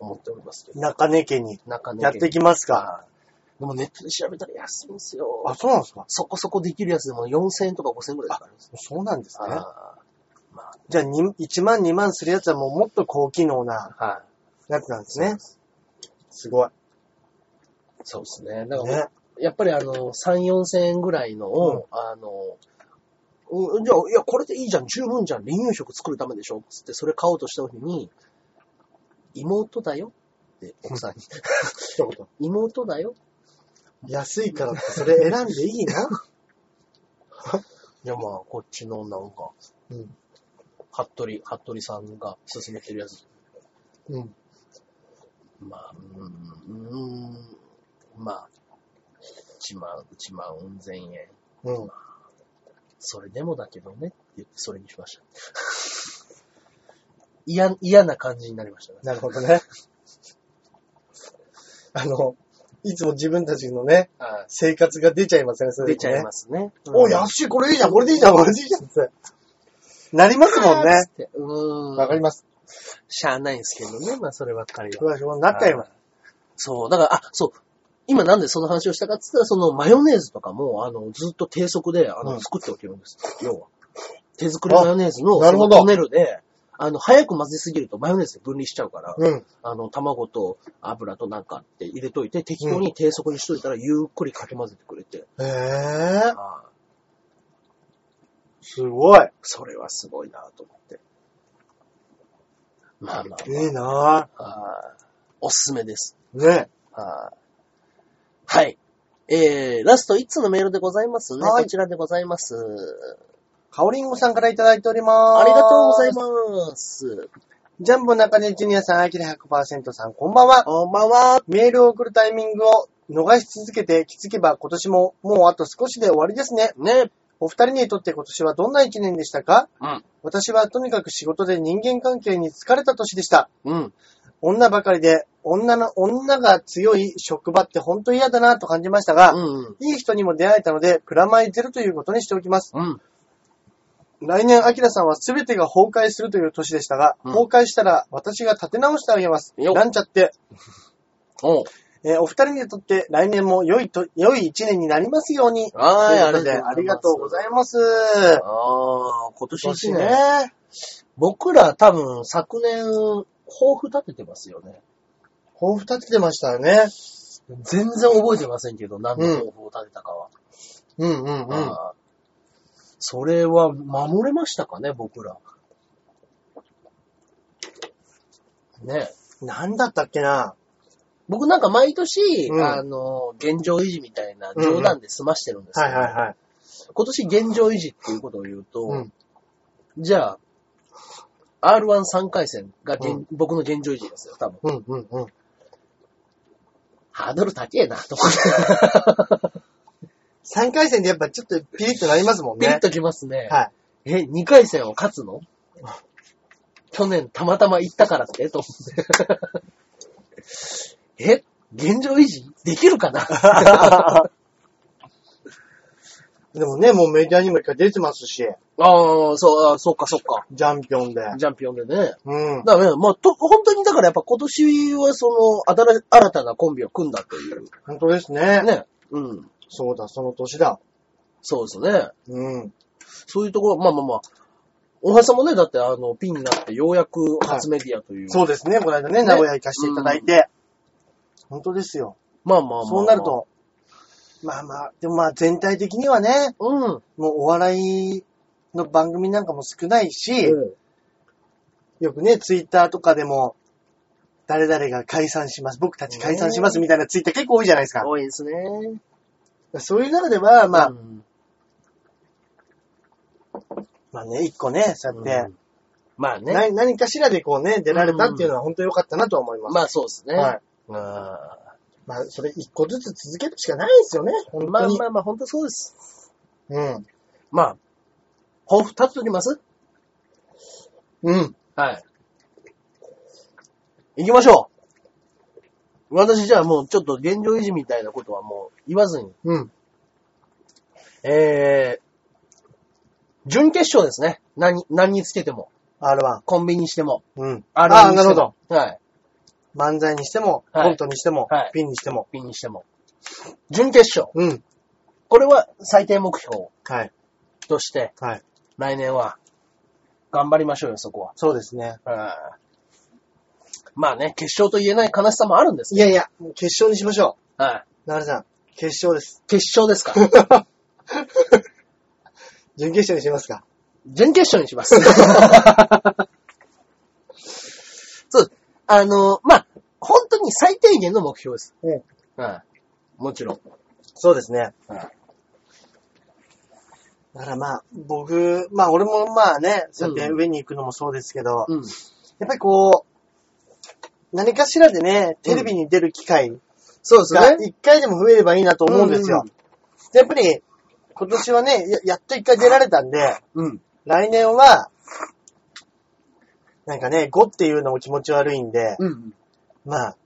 思っておりますけど。
中根家に
中根家
やっていきますか。
はいでもネットで調べたら安いんですよ。
あ、そうなんですか
そこそこできるやつでも4000円とか5000円くらいかかるんですよ。
そうなんですね。
あ
じゃあ、に1万2万するやつはもうもっと高機能な
ーはい。
やつなんですね。すごい。
そうですね。だか
ね。
ら、やっぱりあの、3、4000円ぐらいのを、あの、うんじゃあ、いや、これでいいじゃん、十分じゃん、離乳食作るためでしょつって、それ買おうとした時に、妹だよって、奥さんに。
一言。
妹だよ
安いからってそれ選んでいいな。
じゃあまあ、こっちのなんか、
うん。
服部、服部さんが勧めてるやつ。
うん。
まあ、うーん、うーん、まあ、1万、1万4000円。
うん。
それでもだけどねって言って、それにしました。 嫌、嫌な感じになりましたね。
なるほどね。 あの、いつも自分たちのね、
はい
生活が出ちゃいますね、それ
出ちゃい
す。
ますね。
お、安い、これいいじゃん、これでいいじゃん、これでいいじゃんって。なりますもんね。
ね。うーん。
わかります。
しゃあないんですけどね、まあそればっかり
う
は。
わ、そうなっちゃいます。
そう、だから、あ、そう。今なんでその話をしたかって言ったら、そのマヨネーズとかも、あの、ずっと低速で、あ
うん
の、作っておけるんです。要は。手作りマヨネーズの、
あなるほど
そのトネルで、あの、早く混ぜすぎるとマヨネーズで分離しちゃうから、
うん。
あの、卵と油となんかって入れといて、適当に低速にしといたら、ゆっくりかき混ぜてくれて、
へえー、
ああ
すごい。
それはすごいなと思って。まあまあ
いいな
はいおすすめです。
ぁ。ね。
はいはい。えー、ラスト1通のメールでございますね。
はい
こちらでございます。
かおりんごさんからいただいております。
ありがとうございます。
ジャンボ中根ジュニアさん、あきら100%さん、こんばんは。
こんばんは。
メールを送るタイミングを逃し続けて気づけば今年ももうあと少しで終わりですね。
ね。
お二人にとって今年はどんな一年でしたか
うん。
私はとにかく仕事で人間関係に疲れた年でした。
うん。
女ばかりで女の女が強い職場って本当嫌だなと感じましたが、
うん。
いい人にも出会えたので、プラマイゼロということにしておきます。
うん。
来年、アキラさんは全てが崩壊するという年でしたが、
うん
崩壊したら私が立て直してあげます。
よ
なんちゃって、
おう
えーお二人にとって来年も良いと、良い一年になりますように。
は
と
い、
いう
あ
ことで、あり
り
が
が
と
と
う
う
ご
ご
ざ
ざい
います。
ます。ああ、今年一
今年
年。
ね、
僕ら多分昨年、抱負立ててますよね。
抱負立ててましたよね。
全然覚えてませんけど、何の抱負を立てたかは。
うんうんうん。
あーそれは守れましたかね、僕ら。ね
なんだったっけな
僕なんか毎年、
うん
あの、現状維持みたいな冗談で済ましてるんです
は
け
い
ど、
はいはい。
今年現状維持っていうことを言うと、
うん
じゃあ、R13 回戦が現、
うん
僕の現状維持ですよ、多分。
うんうんうん。
ハードル高えな、と思って。
3回戦でやっぱちょっとピリッとなりますもん
ピリッ
ね。
ときますね。
はい。
え、2回戦を勝つの去年たまたま行ったからってと思って。 え、現状維持できるか なあ
でもね、もうメディアにも一回出てますし、
あ、そう、あそっかそっか。
ジャンピオンで。
チャンピオンでね。
うん。
だからね、まあ、と、本当にだからやっぱ今年はその、新新たなコンビを組んだという。
本当ですね。
ね。うん。
そうだ、その年だ。
そうですね。
うん。
そういうところ、まあまあまあ。大橋さんもね、だってあの、ピンになってようやく初メディアという。
そうですね、この間ね、名古屋行かせていただいて。本当ですよ。
まあまあまあまあ。
そうなる。と、まあまあ、でもまあ全体的にはね、
うん。
もうお笑いの番組なんかも少ないし、よくね、ツイッターとかでも、誰々が解散します、僕たち解散しますみたいなツイッター結構多いじゃないですか。
多いですね。
そういう中では、まあ、
うん
まあね、一個ね、そうやって、
まあね。
何何かしらでこうね、出られたっていうのは本当に良かったなとは思います。
まあそうですね。
はい。
うん
まあ、それ一個ずつ続けるしかないですよね、本
ま
当
あ
に。
まあまあ、本当そうです。
うん。
まあ、抱負立つときます
うん。
はい。行きましょう。私じゃあもうちょっと現状維持みたいなことはもう言わずに。
うん。
えー、準決勝ですね。何、何につけても。
R1。
コンビにしても。
うん。
R1
ああ、
に
な
し
る
て
ほ
も
ど。。
はい。
漫才にしても、
はい
コントにしても、
はい
ピンにしても。
ピンにしても。準決勝。
うん。
これは最低目標
はい。
として、
はい。
来年は、頑張りましょうよ、そこは。
そうですね。
うんまあね、決勝と言えない悲しさもあるんです
い
け
やいや、もう決勝にしましょ。
ど。はいう
なるさん、決勝です。
決勝ですから。
準決勝にしますか。
準決勝にし ます。そう。あの、まあ、本当に最低限の目標です。
うん。
うん。もちろん。
そうですね。
うん
だからまあ、僕、まあ俺もまあね、そうやって
うん
上に行くのもそうですけど、
うん。
やっぱりこう、何かしらでね、テレビに出る機会
そうです
が
ね。
一回でも増えればいいなと思うんですよ。
うん
でやっぱり、今年はね、ややっと一回出られたんで、
うん。
来年は、なんかね、5っていうのも気持ち悪いんで、
うん。
まあ、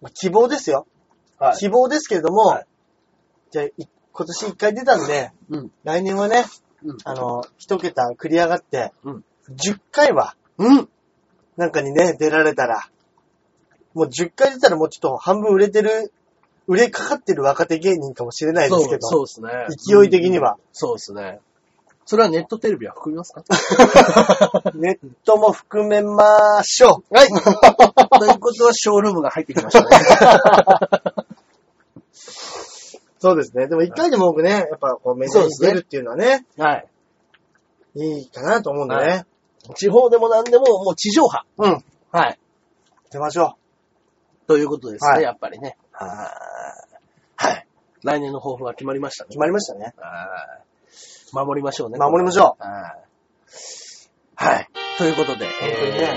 まあ希望ですよ。
は。
希望ですけれども、
はい
じゃあ、い今年一回出たんで、
うん。
来年はね、
うん
あの、一桁繰り上がって、
うん
10回は、
うん。
なんかにね、出られたら、もう10回出たらもうちょっと半分売れてる、売れかかってる若手芸人かもしれないで
そ
すけ
う、
ど、
そうですね。
勢い的には
うん。そうですね。それはネットテレビは含みますか
ネットも含めましょう。
はい。ということは、ショールームが入ってきましたね。
そうですね。でも一回でも多くね、やっぱこうメディアに出るっていうのはね、
はい。
いいかなと思うんで
は
ね。
地方でも何でも、もう地上波。
うん。
はい。
出ましょ
ということですね、
はい
やっぱりね。
う。はい。
はい。来年の抱負は決まりましたね
決。まりましたね。
はい守りましょうね。
守りましょ
う。はい。ということで、
当にね
えー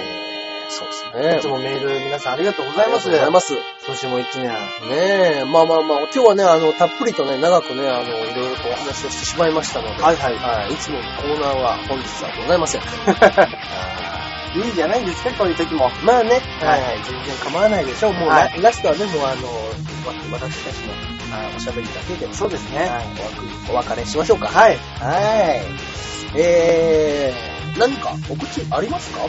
そう
い
です
つ
ね。
もメール皆さんありがとうご
あ
ざい
り
ま
が
す。
とうございます。
今年も一年。
ねえ、まあまあまあ、今日はね、あの、たっぷりとね、長くね、あの、いろいろとお話をしてしまいましたので、
はいはい
い。いつものコーナーは本日はござい ません。あ
いいんじゃないですか、こういう時も。
ーまあね、は
はい
いはい、全然構わないでしょう。もうラ、
は
ラストはね、もうあの、私たちのあーおしゃべりだけで、
そうですね。
はい、お別れしましょうか。
はい。
はい。えー、何かお口ありますか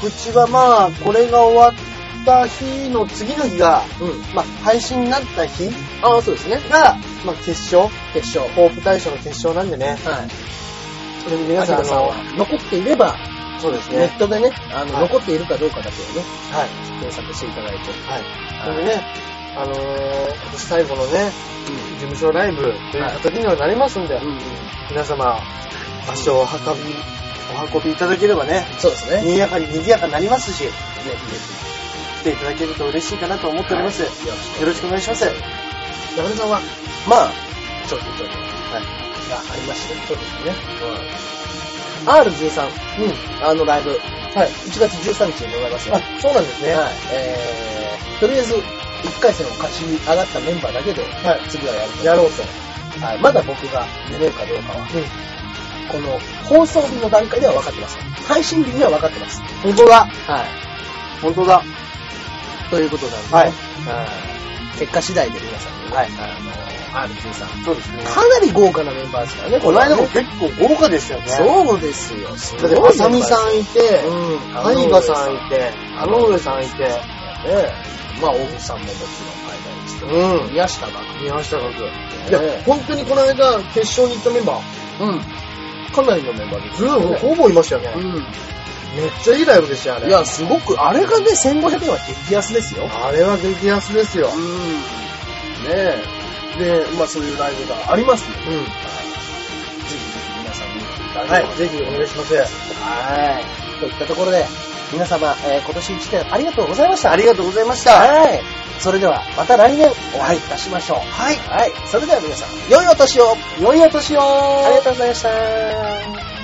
告知はまあ、これが終わった日の次の日が、
うん。
まあ、配信になった日
ああ、そうですね。
が、まあ、決勝、
決勝。
ホープ大賞の決勝なんでね、
はい。
皆さん、あ
さんは
の、
残っていれば、
そうです
ネ
ね。
ットでね、あの、
はい
残っているかどうかだけをね、
はい。
検索していただいて。
はい。それでね、あのー、今年最後のね、事務所ライブという形にはなりますんで、
うん。うん。
皆様、足をお運び、お運びいただければね、
そうですね。ぜ
賑やかに賑やかになりますし、
ひぜ
来
ひ。
ていただけると嬉しいかなと思っております。
はいよ
よろしくお願いします。中根さんは、
まあ、ちょっとちょっと。
はい。
がありまして、そうですね。R13、あのライブ、はい、1月13日にございますよ。
あ、そうなんですね。
はい、えー、とりあえず、1回戦を勝ち上がったメンバーだけで、
はい
次はやると
やろうと。
はい、まだ僕が出れるかどうかは、
うん。
この放送日の段階では分かってます。配信日には分かってます。
本当だ。
はい。
本当だ。
ということなんで、ね、
はい
はい結果次第で皆さんに、
はい
あの、R13、
そうですね
かなり豪華なメンバーですからね、
この
れはね
間も結構豪華でしたよね。
そうですよ。す
だって、
ごい
まさみさんいて、
うん。
ハイガさんいて、あの上さんいて、
ねまあ、大木さんももちろん、
う
間一度。
ん。
宮下が。
宮下学。い
ね
や、本当にこの間、決勝に行ったメンバー、
うん。かなりのメンバーです
ず
よね
ほぼいましたよ
う
ね。
ん。
めっちゃいいライブでしたよ、あれ。
いや、、すごく、あれがね、1500円は激安ですよ。
あれは激安ですよ。
ん。ねえ。で、まあ、そういうライブがありますので、
うん。
ぜひぜひ皆さん見ていただけ
は
れば
い、ぜひお願いします。
はい。といったところで、皆様、えー今年1年ありがとうございました。
ありがとうございました。
はい。それでは、また来年お会いいたしましょう。
はい。
はい。それでは皆さん、良いお年を
良いお年を
ありがとうございました。